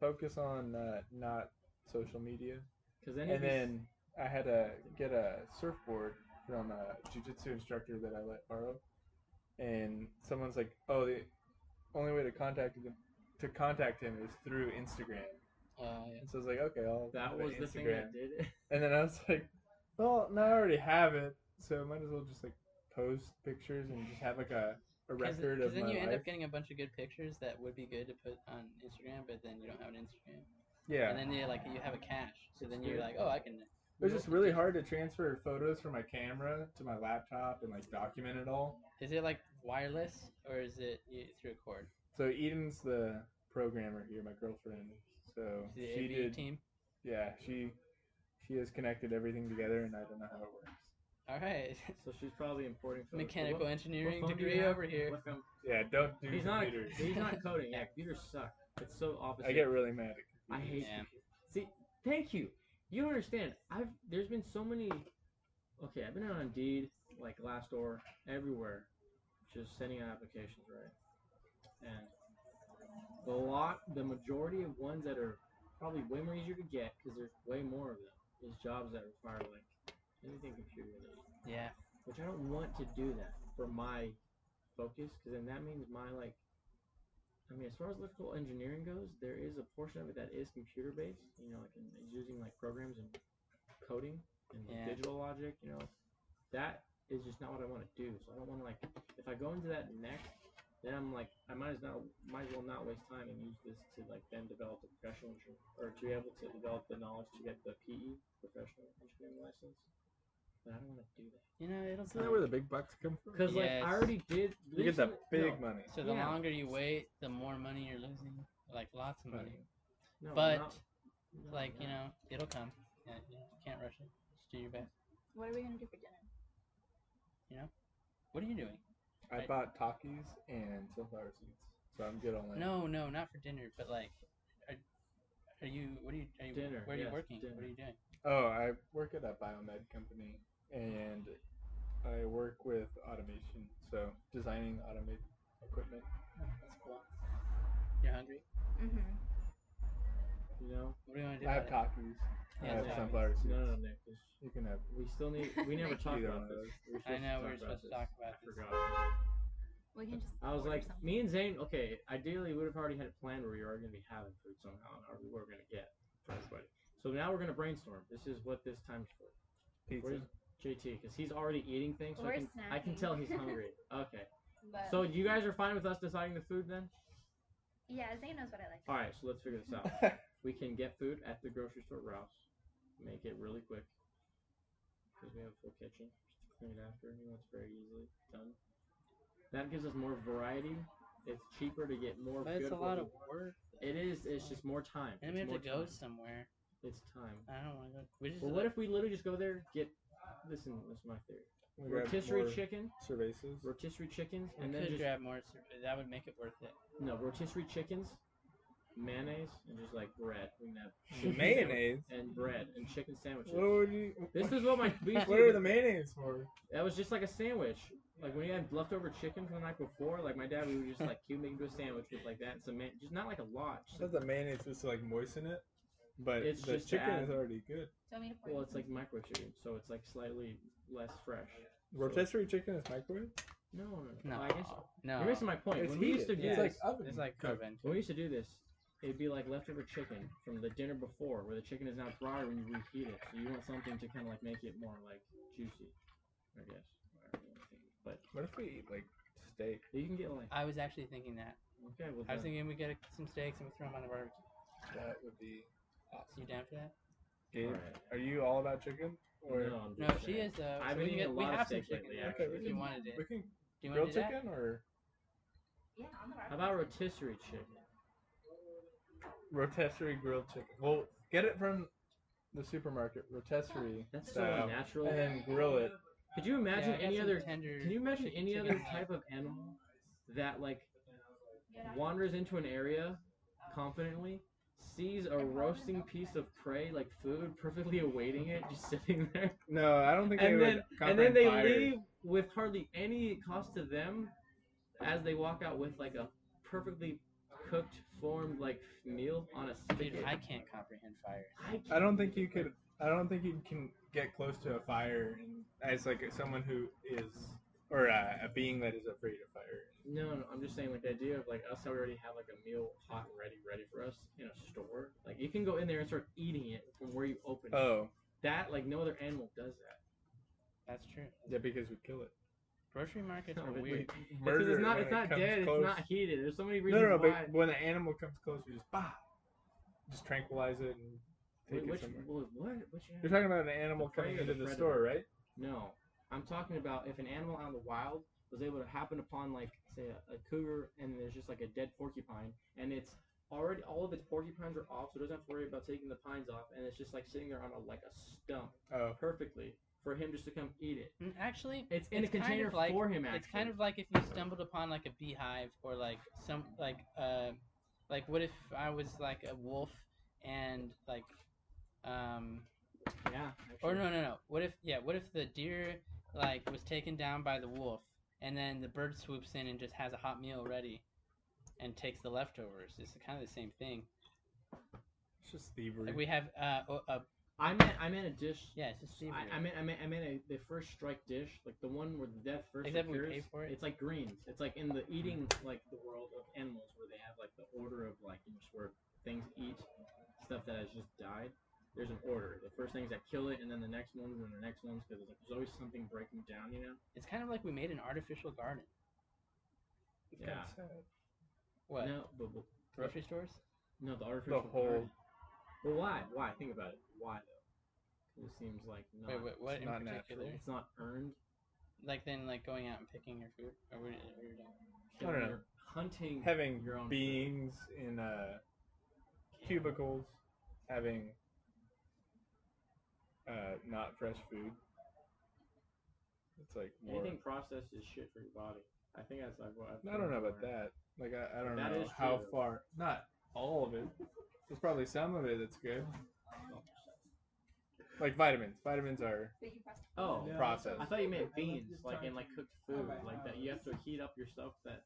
E: focus on uh, not social media.
A: Because then,
E: And then I had to get a surfboard from a jujitsu instructor that I let borrow, and someone's like, oh, the only way to contact him to contact him is through Instagram. And so I was like, okay, I'll
A: that
E: have an
A: was the thing that did it.
E: And then I was like, well, no, I already have it, so I might as well just like post pictures and just have like a, a
C: Because
E: record of
C: then
E: my
C: you end
E: life.
C: up getting a bunch of good pictures that would be good to put on Instagram, but then you don't have an Instagram.
E: yeah,
C: And then you like you have a cache, so then you're
E: Sure.
C: like, oh, I can.
E: it was just really hard to transfer photos from my camera to my laptop and like document it all.
C: Is it like wireless or is it y- through a cord?
E: So Eden's the programmer here, my girlfriend. So
C: Is it
E: she
C: AV
E: did,
C: team?
E: yeah, she she has connected everything together, and I don't know how it works.
C: All right,
A: So she's probably importing photos. So
C: mechanical
A: what-
C: engineering
A: what phone do you
C: degree
A: have?
C: over here.
A: What phone-
E: Yeah, don't do
A: He's not.
E: computers.
A: He's not coding. Yeah, computers suck. It's so opposite.
E: I get really mad. At
A: I hate.
C: Yeah.
A: computers. See, thank you. You don't understand. I've there's been so many. Okay, I've been on Indeed, like Glassdoor, everywhere, just sending out applications, right? And the lot, the majority of ones that are probably way more easier to get because there's way more of them is jobs that require like anything computer related
C: Yeah,
A: which I don't want to do that for my focus, because then that means my like. I mean, as far as electrical engineering goes, there is a portion of it that is computer based. You know, like in, it's using like programs and coding and like,
C: Yeah.
A: digital logic. You know, that is just not what I want to do. So I don't want to like. If I go into that next, then I'm like, I might as not might as well not waste time and use this to like then develop a professional engineer, or to be able to develop the knowledge to get the PE professional engineering license. But I don't want to do that.
C: you know it'll.
E: Isn't that
C: come.
E: where the big bucks come from?
A: Because like
C: Yes.
A: I already did.
E: You get the
A: recently-
E: big money.
C: So the
A: Yeah.
C: longer you wait, the more money you're losing, like lots of
E: Right.
C: money.
A: No, no,
C: but
A: not- no,
C: like you
A: no.
C: know, it'll come. Yeah, you can't rush it. Just do your best.
D: What are we gonna do for dinner?
C: What are you doing?
E: I
C: Right.
E: bought Takis and sunflower seeds, so I'm good on that.
C: No, no, not for dinner. But like, are, are you? What are you? Are you
A: Dinner,
C: where are you
A: yes,
C: working? What
A: dinner.
C: are you doing?
E: Oh, I work at a biomed company, and I work with automation, so designing automated equipment.
C: That's cool. You're hungry.
D: Mm-hmm.
A: You know,
C: What do you want to do?
E: I have
C: about
E: Takis. I
C: Yeah,
E: have
A: Takis.
E: sunflower seeds.
A: no, no, Nick. this-
E: You can have.
A: We still need. We never talked
E: Either
A: about
E: one of
A: this. We were
C: it? I
A: supposed to
C: know we were
A: talk
C: supposed to
A: about
C: talk
A: this. I
C: about this.
A: forgot.
D: We can just.
A: I was
D: order
A: like,
D: something.
A: me and Zane. Okay, ideally we would have already had a plan where we are going to be having food somehow, or we were going to get for everybody. So now we're going to brainstorm. This is what this time's for.
E: Pizza.
A: Where's JT? Because he's already eating things, so I
D: We're
A: can I can
D: snacking.
A: tell he's hungry. Okay.
D: But
A: So you guys are fine with us deciding the food then?
D: yeah, Zane knows what I like.
A: All right, so let's figure this out. we can get food at the grocery store Ralph's, make it really quick because we have a full kitchen. Just clean it after, you know, it's very easily done. That gives us more variety. It's cheaper to get more.
C: But it's
A: good
C: a lot
A: what
C: of
A: we want.
C: work.
A: It is. It's just more time. it's
C: And we have
A: more
C: to go
A: time.
C: somewhere.
A: It's time.
C: I don't want to go. We just
A: Well, what if we literally just go there? Get listen. This is my theory.
E: We grab
A: Rotisserie
E: more
A: chicken,
E: Cervezas.
A: rotisserie chickens,
C: we
A: and then
C: could
A: just
C: grab more. sur- That would make it worth it.
A: no rotisserie chickens, mayonnaise, and just like bread. We can have chicken
E: Mayonnaise.
A: sandwich- and bread and chicken sandwiches.
E: What would you?
A: This is what my beef
E: What are the mayonnaise for?
A: That was just like a sandwich. Like when you had leftover chicken from the night before, like my dad, we would just like cube make into a sandwich with like that and some man, just not like a lot.
E: I
A: Just
E: thought
A: like,
E: the mayonnaise was to like moisten it, but
A: It's
E: the
A: just to
E: chicken
A: add-
E: is already good.
D: Do you want me to pour
A: well,
D: you
A: it's like microwave chicken, so it's like slightly less fresh.
E: Rotisserie chicken is microwave.
A: No, no,
C: No,
A: I guess
C: no.
A: you're missing my point.
E: It's
A: when we used to
E: heated.
A: do
E: It's
A: this,
E: like uh, oven.
C: It's like
E: cooked.
C: oven.
A: when we used to do this, it'd be like leftover chicken from the dinner before, where the chicken is now dry when you reheat it. So you want something to kind of like make it more like juicy, I guess. But
E: What if we eat like steak?
A: you can get like
C: I was actually thinking that.
A: okay, well,
C: I was
A: then-
C: thinking we get a, some steaks and we throw them on the barbecue.
E: That would be
C: You
E: awesome.
C: down for that?
E: Gabe,
A: Alright.
E: are you all about chicken? Or
A: no, I'm
C: No,
A: just
C: she
A: saying.
C: is though.
A: I've
C: so we
A: been eating
C: can get,
A: a
C: we
A: lot of
C: have some
A: steak
C: chicken
A: lately,
C: left
E: actually.
C: if you wanted it.
E: we can
C: Do you
E: grill
C: want to do that?
E: chicken or
D: Yeah, on the
A: How
D: barbecue.
A: about rotisserie chicken?
E: rotisserie grilled chicken? Well, get it from the supermarket rotisserie
A: That's so
E: style,
A: unnatural.
E: and then grill it.
A: Could you imagine
C: Yeah, I got
A: any
C: some
A: other?
C: Tender
A: Can you imagine
C: chick-
A: any
C: chicken
A: other
C: wrap.
A: type of animal that like
D: Yeah.
A: wanders into an area confidently, sees a roasting piece of prey, like food, perfectly awaiting it, just sitting there.
E: No, I don't think
A: And
E: they
A: then,
E: would.
A: and then they
E: comprehend fire.
A: leave with hardly any cost to them, as they walk out with like a perfectly cooked, formed like meal on a stick.
C: Dude, I can't comprehend fire.
E: I don't think you could. I don't think you can get close to a fire and, as like someone who is or a, a being that is afraid of fire.
A: No, no, I'm just saying like the idea of like us already have like a meal hot and ready, ready for us in a store. Like you can go in there and start eating it from where you open it.
E: Oh,
A: That like no other animal does that.
C: That's true.
E: yeah, because we kill it.
C: Grocery markets
A: No,
C: are
A: but
C: weird.
A: It's 'cause
E: Murder
A: it's not.
E: when
A: It's
E: it
A: not
E: comes
A: dead.
E: close.
A: It's not heated. There's so many
E: No,
A: reasons
E: no, no,
A: why.
E: but when an animal comes close, you just bah, just tranquilize it and take
A: Wait,
E: it
A: which,
E: somewhere.
A: what? Which
E: You're
A: animal?
E: talking about an animal
A: prey
E: coming
A: or the
E: into the
A: predator?
E: store, right?
A: No, I'm talking about if an animal out in the wild was able to happen upon like say a, a cougar and there's just like a dead porcupine and it's already all of its porcupines are off, so it doesn't have to worry about taking the pines off, and it's just like sitting there on a like a stump.
E: Oh,
A: perfectly for him just to come eat it.
C: Mm, Actually,
A: It's in
C: It's
A: a
C: kind
A: container
C: of like-
A: for him. Actually,
C: it's kind of like if you stumbled upon like a beehive or like some like uh like what if I was like a wolf and like um
A: yeah.
C: Or
A: actually.
C: no, no, no. What if yeah? What if the deer like was taken down by the wolf, and then the bird swoops in and just has a hot meal ready, and takes the leftovers? It's kind of the same thing.
E: it's just thievery.
C: Like we have uh, o- uh
A: I meant I meant a dish.
C: yeah, it's just thievery.
A: I, I meant I meant I meant a, the first strike dish, like the one where the death first
C: Except we
A: appears.
C: pay for it.
A: It's like greens. It's like in the eating like the world of animals where they have like the order of like you know just where things eat stuff that has just died. There's an order. The first things that kill it, and then the next ones, and the next ones, because like, there's always something breaking down, you know.
C: It's kind of like we made an artificial garden.
A: Yeah.
C: What
A: No, but, but
C: grocery stores?
A: no, the artificial.
E: whole-
A: garden. Well, why? Why? Think about it. Why though? 'Cause It seems like not.
C: Wait, what, what in
E: not
C: particular?
E: natural.
A: It's not earned.
C: Like then like going out and picking your food. Or what, what are you doing?
E: I don't know.
A: You're Hunting.
E: having
A: Your own
E: beings in uh, cubicles, having uh, not fresh food. It's like more.
A: Anything processed is shit for your body. I think that's like what I've
E: I don't know
A: learned.
E: about that. Like I, I don't
A: That
E: know
A: is
E: how
A: true.
E: far. Not all of it. There's probably some of it that's good. Like vitamins. Vitamins are
D: But you pressed
A: Oh,
E: Yeah. processed.
A: I thought you meant beans, like in like cooked food, like that. You have to heat up your stuff. That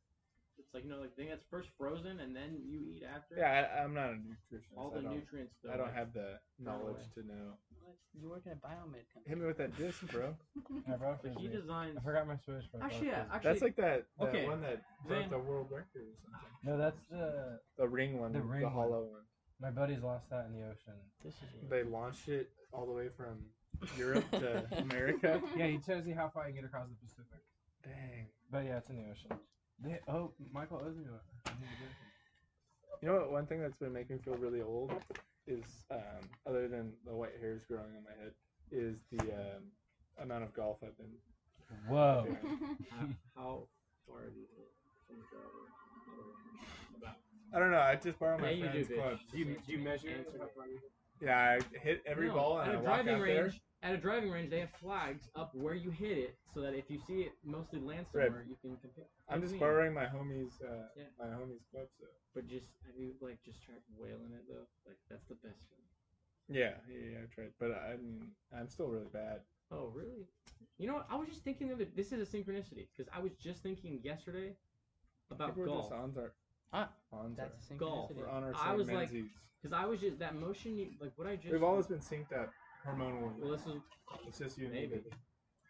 A: it's like you know, like thing that's first frozen and then you eat after.
E: yeah. I, I'm not a nutritionist.
A: All
E: I
A: the
E: don't,
A: nutrients. Though,
E: I don't
A: like-
E: have the knowledge
A: away.
E: to know.
C: You work at a biomed company.
E: Hit me with that disc, bro.
A: Like, he designs.
H: I forgot my Switch.
G: Oh,
H: for
A: Actually, yeah.
H: Valkyries.
A: Actually,
E: That's like that, that
A: Okay,
E: one that broke
A: then-
E: the world record or something.
H: No, that's the.
E: The ring one,
H: The
E: the,
H: ring one.
E: hollow one.
H: My buddies lost that in the ocean.
C: This is
E: They launched it all the way from Europe to America.
A: Oh.
H: Yeah, he tells you how far you can get across the Pacific.
E: Dang.
H: But yeah, it's in the ocean. They, oh, Michael owes me one. I need to get it.
E: You know what? One thing that's been making me feel really old is, um, other than the white hairs growing on my head, is the um, amount of golf I've been.
H: Whoa.
A: how, how far do you go from the driver?
E: I don't know. I just borrow my
A: Yeah, you do,
E: friend's
A: bitch.
E: clubs.
A: Do you- do you measure it?
E: Yeah, I hit every
A: No,
E: ball and
A: at
E: I
A: a
E: walk
A: driving
E: out
A: range. At a driving range, they have flags up where you hit it, so that if you see it mostly land
E: Right.
A: somewhere, you can compare.
E: there. I'm just
A: Mean.
E: borrowing my homies, uh,
A: Yeah.
E: my homies' clubs. Though.
A: But just have you like just tried whaling it though? Like that's the best feeling.
E: Yeah, yeah, yeah, I tried, but I mean, I'm still really bad.
A: Oh really? You know what? I was just thinking the other. This is a synchronicity because I was just thinking yesterday about
E: People are
A: golf.
E: just on our,
C: Ah,
E: on our.
C: that's a
A: Golf.
E: We're
C: synchronicity.
E: on our
A: I
E: same
A: was like-
E: Menzies.
A: Because I was just that motion. You, like what I just.
E: We've always been synced up hormonally.
A: Well, this is
E: It's just you and me,
A: Maybe.
E: baby.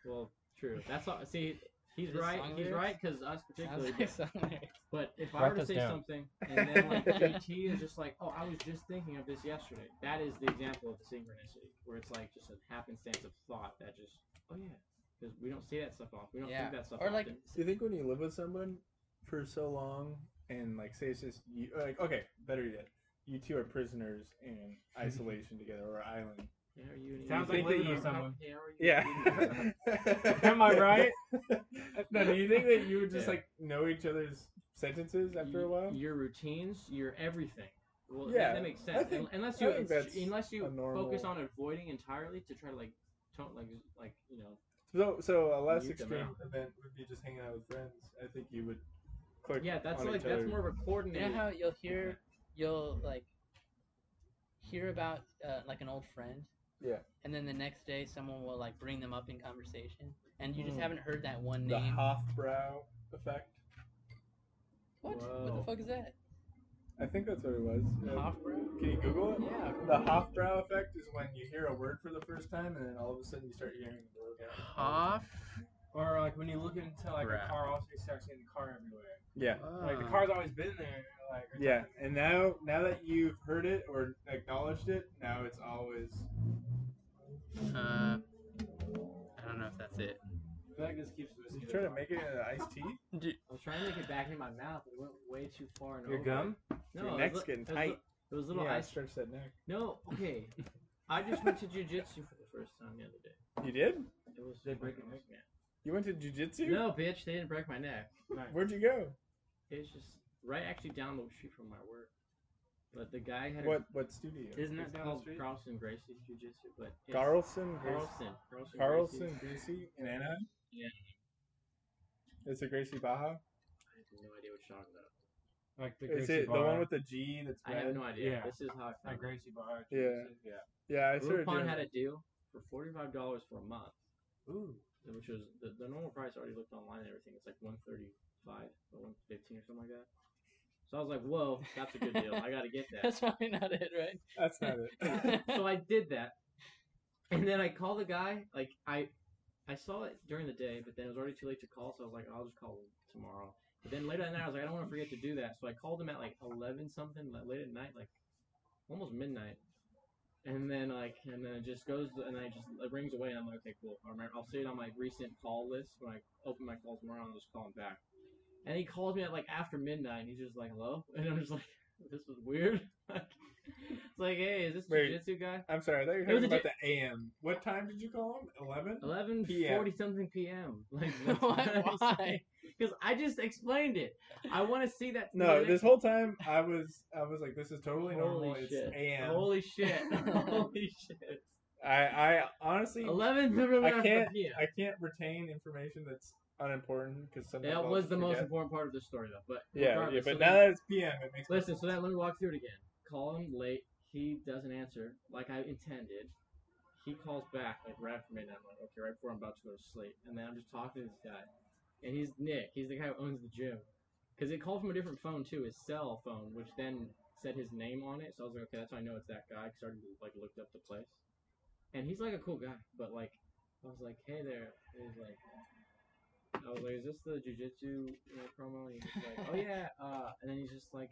A: well true. That's all. See, he's
C: Is this
A: right.
C: song
A: He's
C: lyrics?
A: right because us
C: Sounds
A: particularly.
C: like
A: but-
C: something.
A: But if I
H: Write
A: were to
H: this
A: say
H: down.
A: something, and then like JT is just like, oh, I was just thinking of this yesterday. That is the example of the synchronicity, where it's like just a happenstance of thought that just, oh yeah, because we don't see that stuff off. We don't
C: Yeah.
A: think that stuff
C: Or like
A: often.
E: Do you think when you live with someone for so long and like say it's just you like okay, better yet, you two are prisoners in isolation together or island.
A: Yeah, are you and
H: Sounds
A: you-
H: like living with
A: how-
H: someone.
A: yeah, are you-
E: Yeah.
H: Am I right?
E: no, do you think that you would just
A: Yeah.
E: like know each other's sentences after a
A: You-
E: while?
A: your routines, your everything. Well,
E: Yeah,
A: yeah, that makes
E: I
A: sense.
E: think-
A: Un- unless
E: I
A: you
E: think that's
A: unless you
E: a normal-
A: focus on avoiding entirely to try to like, tone, like like you know.
E: So so a less
A: Mute them
E: extreme
A: out.
E: event would be just hanging out with friends. I think you would click
A: Yeah, that's
E: on
A: like
E: each
A: that's
E: other.
A: more of a
C: You know
A: coordinated.
C: how you'll hear, you'll like, hear about uh, like an old friend.
E: Yeah.
C: And then the next day, someone will like bring them up in conversation, and you just
A: Hmm.
E: Mm.
C: haven't heard that one
E: The
C: name.
E: Hofbrow effect.
C: what? What the
A: Whoa.
C: fuck is that?
E: I think that's what it was. Uh,
C: Hofbrow?
E: Can you Google it?
C: Yeah.
E: The Hofbrow effect is when you hear a word for the first time, and then all of a sudden you start hearing the word. again.
G: Hoff.
B: Or like when you look into like
G: Bruh.
B: a car, also you start seeing the car everywhere.
E: Yeah.
B: Like the car's always been there. Like or
E: Yeah,
B: something.
E: and now now that you've heard it or acknowledged it, now it's always
C: Uh, I don't know if that's it.
B: I feel like this keeps
E: you
B: listening.
E: trying to make it an iced tea?
A: I was trying to get back in my mouth. It went way too far. And
B: Your
A: over.
B: gum?
A: No,
E: Your
A: it was
E: neck's
A: li-
E: getting
A: it was li-
E: tight.
A: It was little
E: yeah,
A: ice.
E: stretch that neck.
A: No, okay. I just went to jujitsu for the first time the other day.
E: You did?
A: It was
B: They
A: my
B: break your
A: nose.
E: You went to jujitsu?
A: No, bitch, they didn't break my neck.
E: Where'd you go?
A: It's just right actually down the street from my work. But the guy had
E: What what studio?
A: a isn't
B: It's down
A: that
B: the
A: called
B: street?
A: Carlson Gracie Jiu Jitsu? But it's
E: Carlson Gracie.
A: Carlson. Carlson.
E: Carlson
A: Gracie.
E: Gracie in Anaheim.
A: Yeah.
E: Is it Gracie Baja?
A: I have no idea what you're talking about.
B: Like the
E: Is
B: Gracie
E: it
B: bar.
E: the one with the G that's
A: I have
E: red?
A: no idea.
B: Yeah.
A: This is how I
B: the
A: found it.
B: Gracie bar?
E: Yeah.
B: Yeah.
E: Yeah, I started
A: Groupon
E: doing.
A: had a deal for forty five dollars for a month,
E: Ooh.
A: which was the, the normal price. I already looked online and everything. It's like one thirty five or one fifteen or something like that. So I was like, "Whoa, that's a good deal. I got to get that."
C: That's probably not it, right?
E: That's not it.
A: so I did that, and then I called the guy. Like I, I saw it during the day, but then it was already too late to call. So I was like, I'll just call him tomorrow. But then later that night, I was like, I don't want to forget to do that. So I called him at like eleven something, like late at night, like almost midnight. And then like, and then it just goes, and then it just it rings away, and I'm like, okay, cool. I remember, I'll see it on my recent call list when I open my calls tomorrow. I'll just call him back. And he calls me at like after midnight, and he's just like, hello, and I'm just like, this was weird. like, it's like, hey, is this
E: Wait.
A: jujitsu guy?
E: I'm sorry. I thought you were
A: It was
E: talking
A: a
E: about the AM. What time did you call him? Eleven.
A: Eleven forty something p.m. Like
C: Why- Why?
A: Because I just explained it. I want to see that.
E: No, this whole time I was I was like, this is totally normal.
A: Holy
E: It's
A: shit.
E: AM.
A: Holy shit! Holy shit!
E: I I honestly
A: Eleven p.m.
E: I can't- I can't retain information that's unimportant because sometimes
A: That
E: I'll
A: was
E: just
A: the most
E: forget.
A: important part of the story, though. But
E: Yeah, yeah,
A: regardless,
E: but
A: so
E: now
A: then-
E: that it's PM, it makes
A: listen. So then let me walk through it again. Call him late. He doesn't answer like I intended. He calls back like right after midnight. I'm like, okay, right before I'm about to go to sleep. And then I'm just talking to this guy, and he's Nick. He's the guy who owns the gym. Because it called from a different phone too, his cell phone, which then said his name on it. So I was like, okay, that's how I know it's that guy. 'cause I already like looked up the place, and he's like a cool guy. But like, I was like, hey there. He was like, I was like, is this the jujitsu you know, promo? And he's like, oh yeah. Uh, and then he's just like,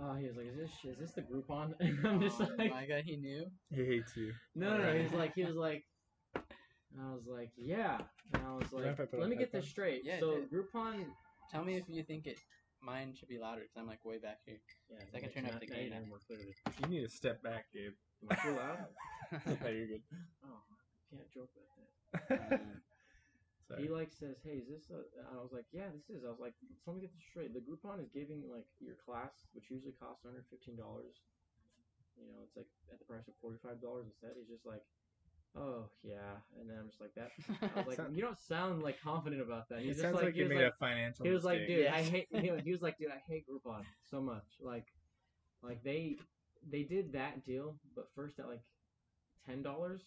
A: oh, he was like, is this is this the Groupon? And I'm just
C: oh
A: like,
C: my god, he knew.
E: he hates you.
A: no, no, no. He's like, he was like, and I was like, yeah. And I was
E: Mind if I
A: like,
E: put
A: let
E: on
A: me get
E: headphones?
A: this straight.
C: Yeah,
A: so
C: yeah.
A: Groupon.
C: Tell me if you think it. Mine should be louder because I'm like way back here.
A: Yeah,
C: I can
A: it's
C: turn up
A: not-
C: the
A: now you
C: gain
A: hear
C: up.
A: more clearly.
E: You need to step back, Gabe.
A: Am I too loud?
E: no, you're good.
A: Oh, I can't joke about that.
C: Um,
E: Sorry.
A: He like says, "Hey, is this?" A... and I was like, "Yeah, this is." I was like, "So "Let me get this straight. The Groupon is giving like your class, which usually costs under fifteen dollars. You know, it's like at the price of forty five dollars instead." He's just like, "Oh yeah," and then I'm just like, "That." I was like,
E: Sound-
A: "You don't sound like confident about that."
E: It
A: He's just
E: sounds
A: like,
E: like,
A: he
E: you
A: was
E: made
A: like,
E: a financial
A: he was like,
E: mistake.
A: dude, I
C: Yes.
A: hate. You know, he was like, dude, I hate Groupon so much. Like, like they they did that deal, but first at like ten dollars,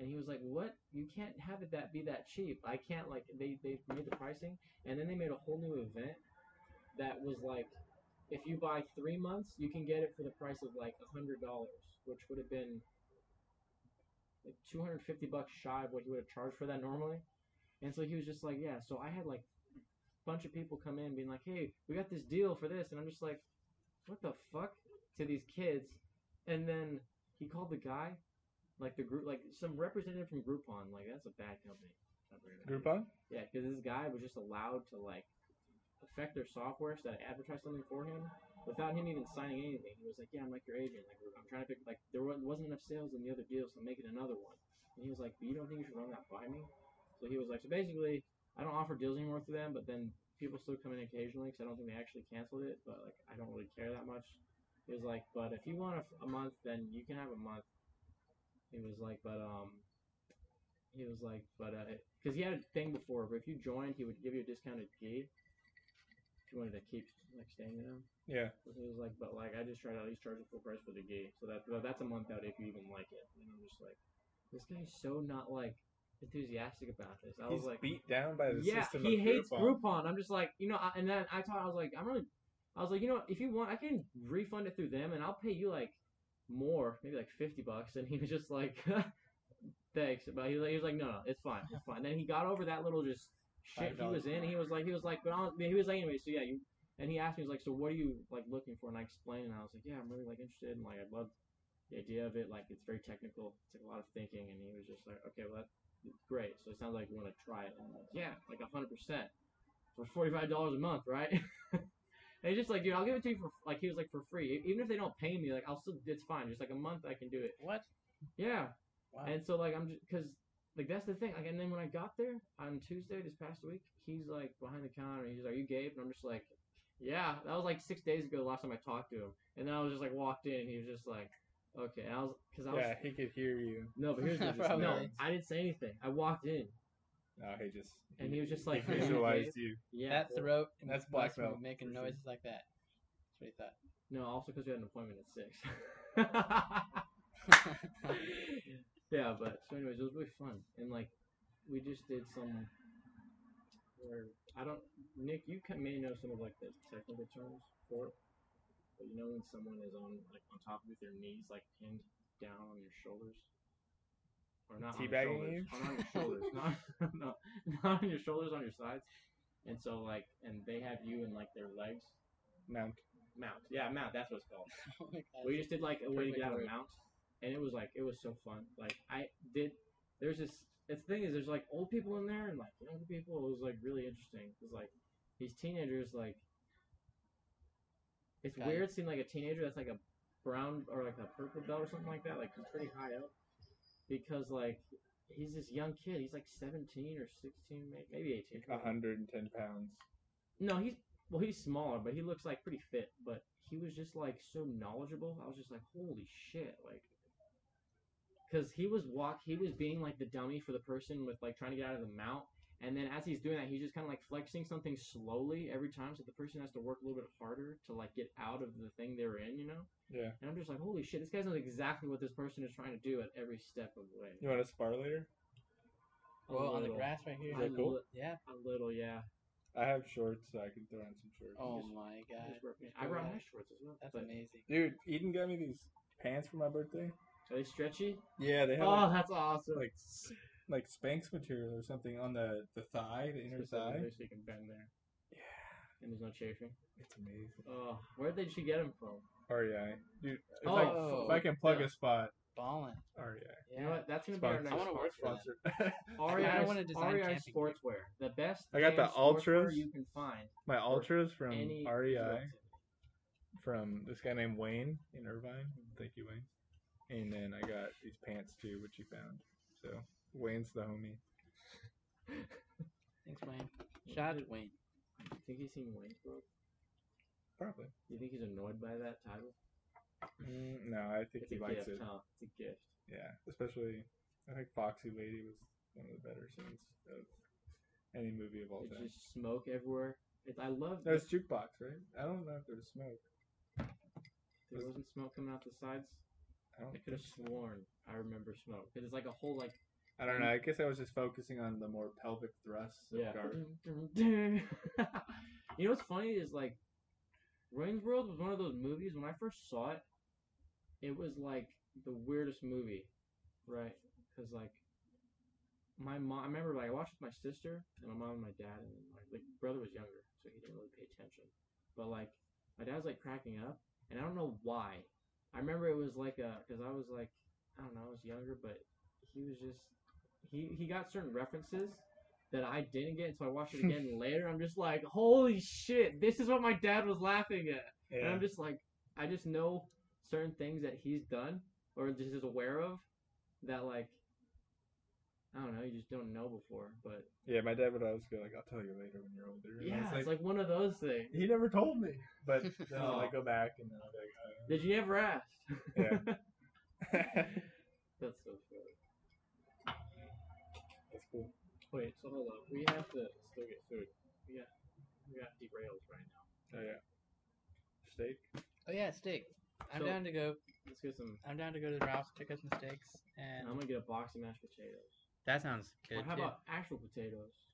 A: and he was like, what? You can't have it that be that cheap. I can't like they they made the pricing, and then they made a whole new event that was like, if you buy three months, you can get it for the price of like a hundred dollars, which would have been like 250 bucks shy of what he would have charged for that normally. And so he was just like, yeah. So I had like bunch of people come in being like, "Hey, we got this deal for this," and I'm just like, "What the fuck?" to these kids, and then he called the guy, like the group, like some representative from Groupon, like that's a bad company.
E: Groupon?
A: Yeah, because this guy was just allowed to like affect their software so that it advertised something for him without him even signing anything. He was like, "Yeah, I'm like your agent. Like I'm trying to pick. Like there wa- wasn't enough sales in the other deal, so I'm making another one." And he was like, "But you don't think you should run that by me?" So he was like, "So basically, I don't offer deals anymore to them, but then people still come in occasionally because I don't think they actually canceled it, but like I don't really care that much." He was like, "But if you want a, f- a month, then you can have a month." He was like, "But um." He was uh, like, but because he had a thing before, but if you joined, he would give you a discounted fee. people that keep like staying in them.
E: Yeah.
A: It was like, but like I just tried to at least charge the full price for the gate, so that well, that's a month out if you even like it. And I'm just like, this guy's so not like enthusiastic about this. I
E: He's
A: was like,
E: beat down by the
A: yeah,
E: system.
A: he
E: of
A: hates
E: Groupon.
A: Groupon. I'm just like, you know, I, and then I thought I was like, I'm really, I was like, you know, what, if you want, I can refund it through them, and I'll pay you like more, maybe like fifty bucks. And he was just like, thanks, but he, he was like, no, no, it's fine, it's fine. Then he got over that little just shit he
H: $5
A: was in. He was like, he was like, but I was- he was like, anyway, so yeah, you. And he asked me, he was like, so what are you like looking for? And I explained, and I was like, yeah, I'm really like interested, and like I love the idea of it. Like it's very technical. It's like a lot of thinking. And he was just like, okay, well, that's great. So it sounds like you want to try it. And I'm like, yeah, like hundred percent for forty five dollars a month, right? and he's just like, dude, I'll give it to you for like he was like for free. Even if they don't pay me, like I'll still it's fine. Just like a month, I can do it.
C: What?
A: Yeah.
C: Wow.
A: And so like I'm just because like that's the thing. Like and then when I got there on Tuesday this past week, he's like behind the counter. and He's like, "Are you Gabe?" And I'm just like, "Yeah." That was like six days ago. The last time I talked to him, and then I was just like walked in. and He was just like, "Okay." And I was because I was
E: Yeah, he could hear you.
A: no, but here's the just, no.
C: Probably.
A: I didn't say anything. I walked in,
E: No, he just
A: and he was just like,
E: he visualized you.
A: "Yeah."
C: that throat. and
E: That's
C: bust
E: black
C: move,
E: belt,
C: Making
E: for sure.
C: noises like that. That's what he thought.
A: No, also because we had an appointment at six.
C: Oh
A: yeah, but so anyways, it was really fun, and like we just did some. Where I don't, Nick, you can, may know some of like the technical terms for it, but you know when someone is on like on top of you, with their knees like pinned down on your shoulders. Or not on your shoulders.
E: Teabagging
A: Or not on your shoulders. not, no, not on your shoulders, on your sides. And so like, and they have you in like their legs
E: Mount.
A: mount. Yeah, mount. That's what it's called.
C: Oh my God.
A: We just did like a way to
C: Perfect
A: get out of
C: word.
A: mount, and it was like it was so fun. Like I did. There's this. It's the thing is, there's like old people in there and like younger people. It was like really interesting. It's like these teenagers like. It's
C: Got
A: weird seeing like a teenager that's like a brown or like a purple belt or something like that. Like he's pretty high up, because like he's this young kid. He's like 17 or 16, may- maybe 18.
E: Like 110 pounds.
A: No, he's well, he's smaller, but he looks like pretty fit. But he was just like so knowledgeable. I was just like, holy shit, like, because he was walk, he was being like the dummy for the person with like trying to get out of the mount. And then as he's doing that, he's just kind of like flexing something slowly every time, so the person has to work a little bit harder to like get out of the thing they were in, you know?
E: Yeah.
A: And I'm just like, holy shit, this guy knows exactly what this person is trying to do at every step of the way.
E: You want to spar later?
A: A
C: Well, on the
A: little.
C: grass right here.
A: Is that cool?
C: Yeah.
A: A little, yeah.
E: I have shorts, so I can throw on some shorts.
C: Oh my god.
A: Just working. I brought my shorts as well.
C: That's
A: but-
C: amazing.
E: Dude, Eden got me these pants for my birthday.
A: Are they stretchy?
E: Yeah, they had
A: Oh,
E: like,
A: that's awesome.
E: like s- like Spanx material or something on the the thigh, the inner
A: Just over
E: thigh.
A: there So you can bend there. Yeah. And there's no chafing.
E: It's amazing.
A: Oh, where did she get them from?
E: REI, dude. If,
C: Oh,
E: I, if I can plug
A: yeah.
E: a spot, E
C: Ballin.
E: REI.
C: Yeah.
A: You know what? That's gonna be our
E: Sponsor.
A: next.
C: I want to work for that.
E: Sponsor.
A: REI,
C: I wanna design
A: REI
C: camping gear.
A: Sportswear, the best.
E: I got the
A: damn sportswear
E: Ultras
A: you can find.
E: My ultras from E
A: Any
E: REI.
A: activity.
E: from this guy named Wayne in Irvine. Thank you, Wayne. And then I got these pants too, which you found. So Wayne's the homie.
C: Thanks, Wayne. Shout out to Wayne.
A: You think he's seen Wayne's World?
E: Probably.
A: You think he's annoyed by that title?
E: Mm, no, I think
A: It's
E: he
A: a
E: likes
A: gift,
E: it.
A: huh? It's a gift.
E: Yeah, especially I think Foxy Lady was one of the better scenes of any movie of all
A: It's
E: time.
A: just smoke everywhere. It's, I love.
E: No, it's jukebox, right? I don't know if there was smoke.
A: There wasn't smoke coming out the sides.
E: I don't.
A: I could have sworn I remember smoke. 'Cause it's like a whole like.
E: I don't know. I guess I was just focusing on the more pelvic thrusts of
A: Yeah.
E: Garth.
A: you know what's funny is like, Wayne's World was one of those movies when I first saw it. It was like the weirdest movie, right? Because like, my mom. I remember like I watched with my sister and my mom and my dad, and like, like brother was younger, so he didn't really pay attention. But like, my dad's like cracking up, and I don't know why. I remember it was like a because I was like, I don't know, I was younger, but he was just he he got certain references that I didn't get until I watched it again later. I'm just like, holy shit, this is what my dad was laughing at. And
E: Yeah.
A: I'm just like, I just know certain things that he's done or just is aware of that like I don't know, you just don't know before. But
E: yeah, my dad would always go like, "I'll tell you later when you're older." And I
A: yeah,
E: was
A: it's like one of those things.
E: he never told me. But then I'll like
A: Oh.
E: go back and then I'll be like, "Oh,
A: Did you never ask?
E: Yeah. "Oh,
A: That's so funny.
E: That's cool.
A: Wait, so hold up. We have to still get food. Yeah. we got derailed right now.
E: Oh yeah. Steak.
C: Oh yeah, steak. I'm
A: So-
C: down to go.
A: Let's get some.
C: I'm down to go to the Ralph's, pick up some steaks, and
A: I'm gonna get a box of mashed potatoes.
C: that sounds good
A: Or how
C: too.
A: about actual potatoes?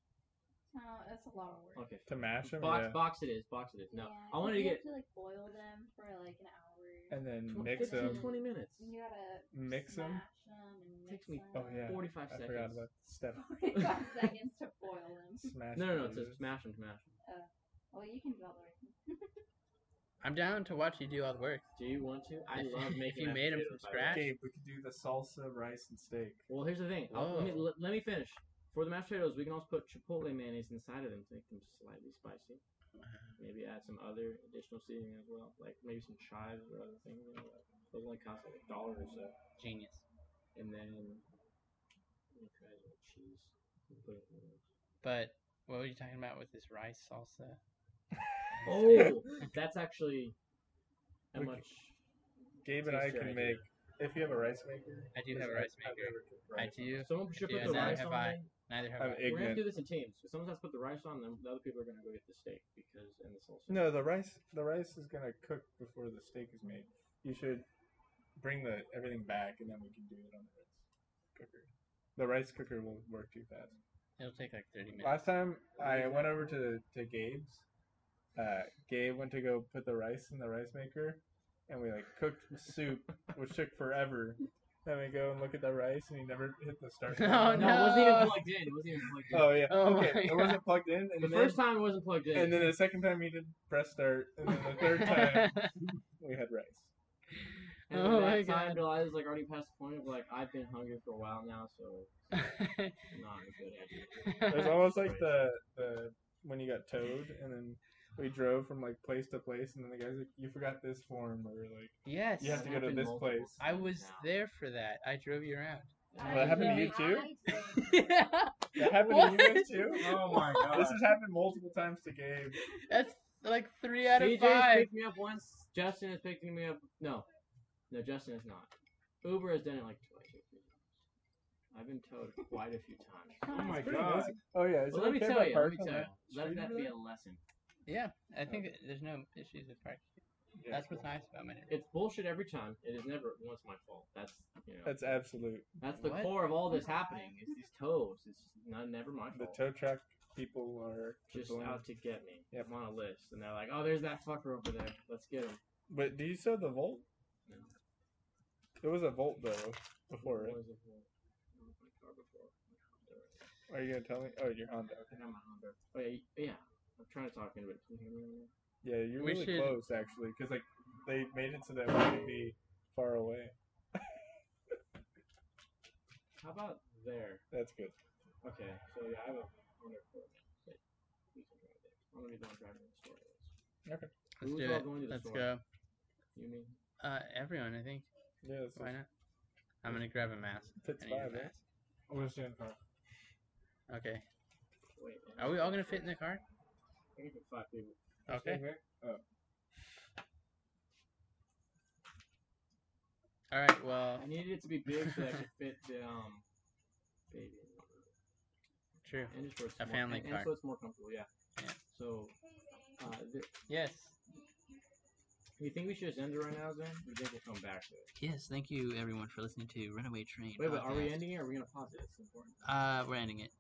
D: No, that's a lot of work.
A: Okay.
E: To mash them.
A: Box,
E: yeah.
A: box it is, box it is. Oh, No,
D: Yeah,
A: I wanted to
D: you
A: get
D: have to like boil them for like an hour.
E: And then
A: tw-
E: mix
A: 15,
E: them.
A: 20 minutes.
D: you gotta
E: Mix
D: smash
E: 'em?
D: and mix
A: Takes me-
E: Oh yeah.
A: 45
E: I forgot
A: seconds.
E: about step.
D: Forty-five seconds to boil them.
E: Smash.
A: No, no, no. It says
E: potatoes.
A: smash them, smash them.
D: Well, you can do all the rest.
C: I'm down to watch you do all the work.
A: Do you want to? I
C: If-
A: love
C: if
A: making.
C: you
A: mashed
C: made 'em
A: potatoes, by the
C: from
A: way.
C: scratch?
E: Gabe, we could do the salsa, rice, and steak.
A: Well, here's the thing. I'll- Let me
C: Oh.
A: let, let me finish. For the mashed potatoes, we can also put chipotle mayonnaise inside of them to make them slightly spicy. Maybe add some other additional seasoning as well, like maybe some chives or other things. You know, like, those only cost like a dollar or so.
C: Genius.
A: And then let me try some cheese. and put it in there.
C: But what were you talking about with this rice salsa?
A: Oh, that's actually a
E: We
A: much.
E: Gabe and I
A: tastier
E: can
A: idea.
E: make. If you have a rice maker.
C: I do have a
E: 'cause
C: rice
E: I've
C: maker.
E: never cooked
C: I
E: rice.
C: do.
A: Someone should
C: Yeah,
A: put the
C: now
A: rice
C: have
A: on.
C: I.
A: there.
C: Neither have
A: We're gonna
C: I.
E: I'm
A: have to
E: ignorant.
A: do this in teams. If someone has to put the rice on, then the other people are gonna go get the steak because and the salsa.
E: No, the rice. The rice is gonna cook before the steak is made. You should bring the everything back, and then we can do it on the rice cooker. The rice cooker will work too fast.
C: It'll take like 30 minutes.
E: Last time I went over to, to Gabe's, uh, Gabe went to go put the rice in the rice maker, and we like cooked soup, which took forever. Then we go and look at the rice, and he never hit the start. button.
C: Oh,
A: no, it wasn't even
C: No.
A: plugged in. It wasn't even plugged in.
E: Oh yeah.
C: Oh my
E: okay, it
C: God.
E: wasn't plugged in, and
A: the
E: then
A: first time it wasn't plugged in.
E: and then the second time he did press start, and then the third time we had rice.
A: And
C: Oh
A: oh
C: my
A: that time,
C: God.
A: Bill, I was like already past the point of like I've been hungry for a while now, so not a good idea.
E: It was almost like the the when you got towed, and then we drove from like place to place, and then the guys like, "You forgot this form," or like,
C: yes.
E: "You have to go to
A: Happened
E: this
A: multiple
E: place."
C: I was
A: Now.
C: there for that. I drove you around.
E: Well, that happened to you too?
D: too.
E: That happened to you guys too.
B: Oh my god.
E: This has happened multiple times to Gabe.
C: That's like three out of
A: CJ's
C: five.
A: picked me up once. Justin is picking me up. No, no, Justin is not. Uber has done it like twice. or three times. I've been towed quite a few times.
B: Oh my
E: It's pretty
B: god.
E: amazing. Oh yeah. Is
A: Well,
E: it
A: let me
E: okay if
A: tell
E: I
A: you. Let
E: park
A: me
E: on
A: tell
E: the
A: you. Let
E: street
A: that
E: over
A: be
E: there?
A: a lesson.
C: Yeah, I think that there's no issues with parking.
E: Yeah,
C: That's what's
E: cool.
C: nice about my neighborhood.
A: It's bullshit every time. It is never once my fault. That's you know.
E: That's absolute.
A: That's the
C: What?
A: core of all this happening. Is these toes? It's not never my
E: The
A: fault.
E: tow truck people are
A: just
E: people-
A: out to get me.
E: Yep.
A: I'm on a list, and they're like, "Oh, there's that fucker over there. Let's get him."
E: But do you still have the Volt?
A: No.
E: There was a Volt though before,
A: What
E: right?
A: was it for? It was my car before.
E: Are you gonna tell me? Oh, your Honda.
A: I got my Honda. Oh yeah, you- yeah. I'm trying to talk into it. Can you hear me? right now?
E: Yeah, you're
C: We
E: really
C: should-
E: close actually, because like they made it so that we could be far away.
A: How about there?
E: That's good.
A: Okay, so yeah, I have a Honda Accord now, but we can drive there. I'm gonna be the one driving the story.
C: Let's
A: Who's
C: do
A: all
C: it.
A: going to the
C: Let's
A: store?
C: go.
A: You mean?
C: Uh, everyone, I think.
E: Yeah, that's
C: Why not? I'm gonna grab a mask.
E: Fits
C: I need a
E: five, right?
C: mask.
E: Where's the car?
C: Okay.
A: Wait. man,
C: Are we all gonna fit in the car?
A: I think it's five people.
C: Okay.
E: here?
C: All right. Well,
A: I needed it to be big so that I could fit the um baby. in the room.
C: true.
A: And just for it's
C: A
A: more-
C: family
A: and,
C: car.
A: And so it's more comfortable. Yeah.
C: Yeah.
A: So. Uh, th-
C: Yes.
A: You think we should just end it right now, Zen? We think we'll come back to it.
C: Yes. Thank you, everyone, for listening to Runaway Train.
A: Wait, but are we
C: Podcast.
A: ending it? Or are we gonna pause it? It's important.
C: Uh, we're ending it.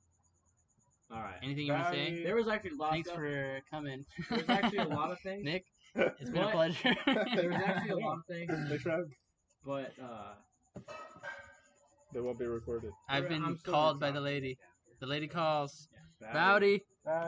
A: All right.
C: Anything you want to say?
A: There was actually a lot
C: Thanks
A: of stuff.
C: for coming.
A: There's actually a lot of things.
C: Nick, it's been a
A: What?
C: pleasure.
A: There's actually a lot of things,
E: They tried.
A: but uh,
E: They won't be recorded.
C: I've been
A: I'm still
C: called by
A: gonna
C: the
A: talk.
C: lady. The lady calls.
A: Bowdy.
C: Rowdy.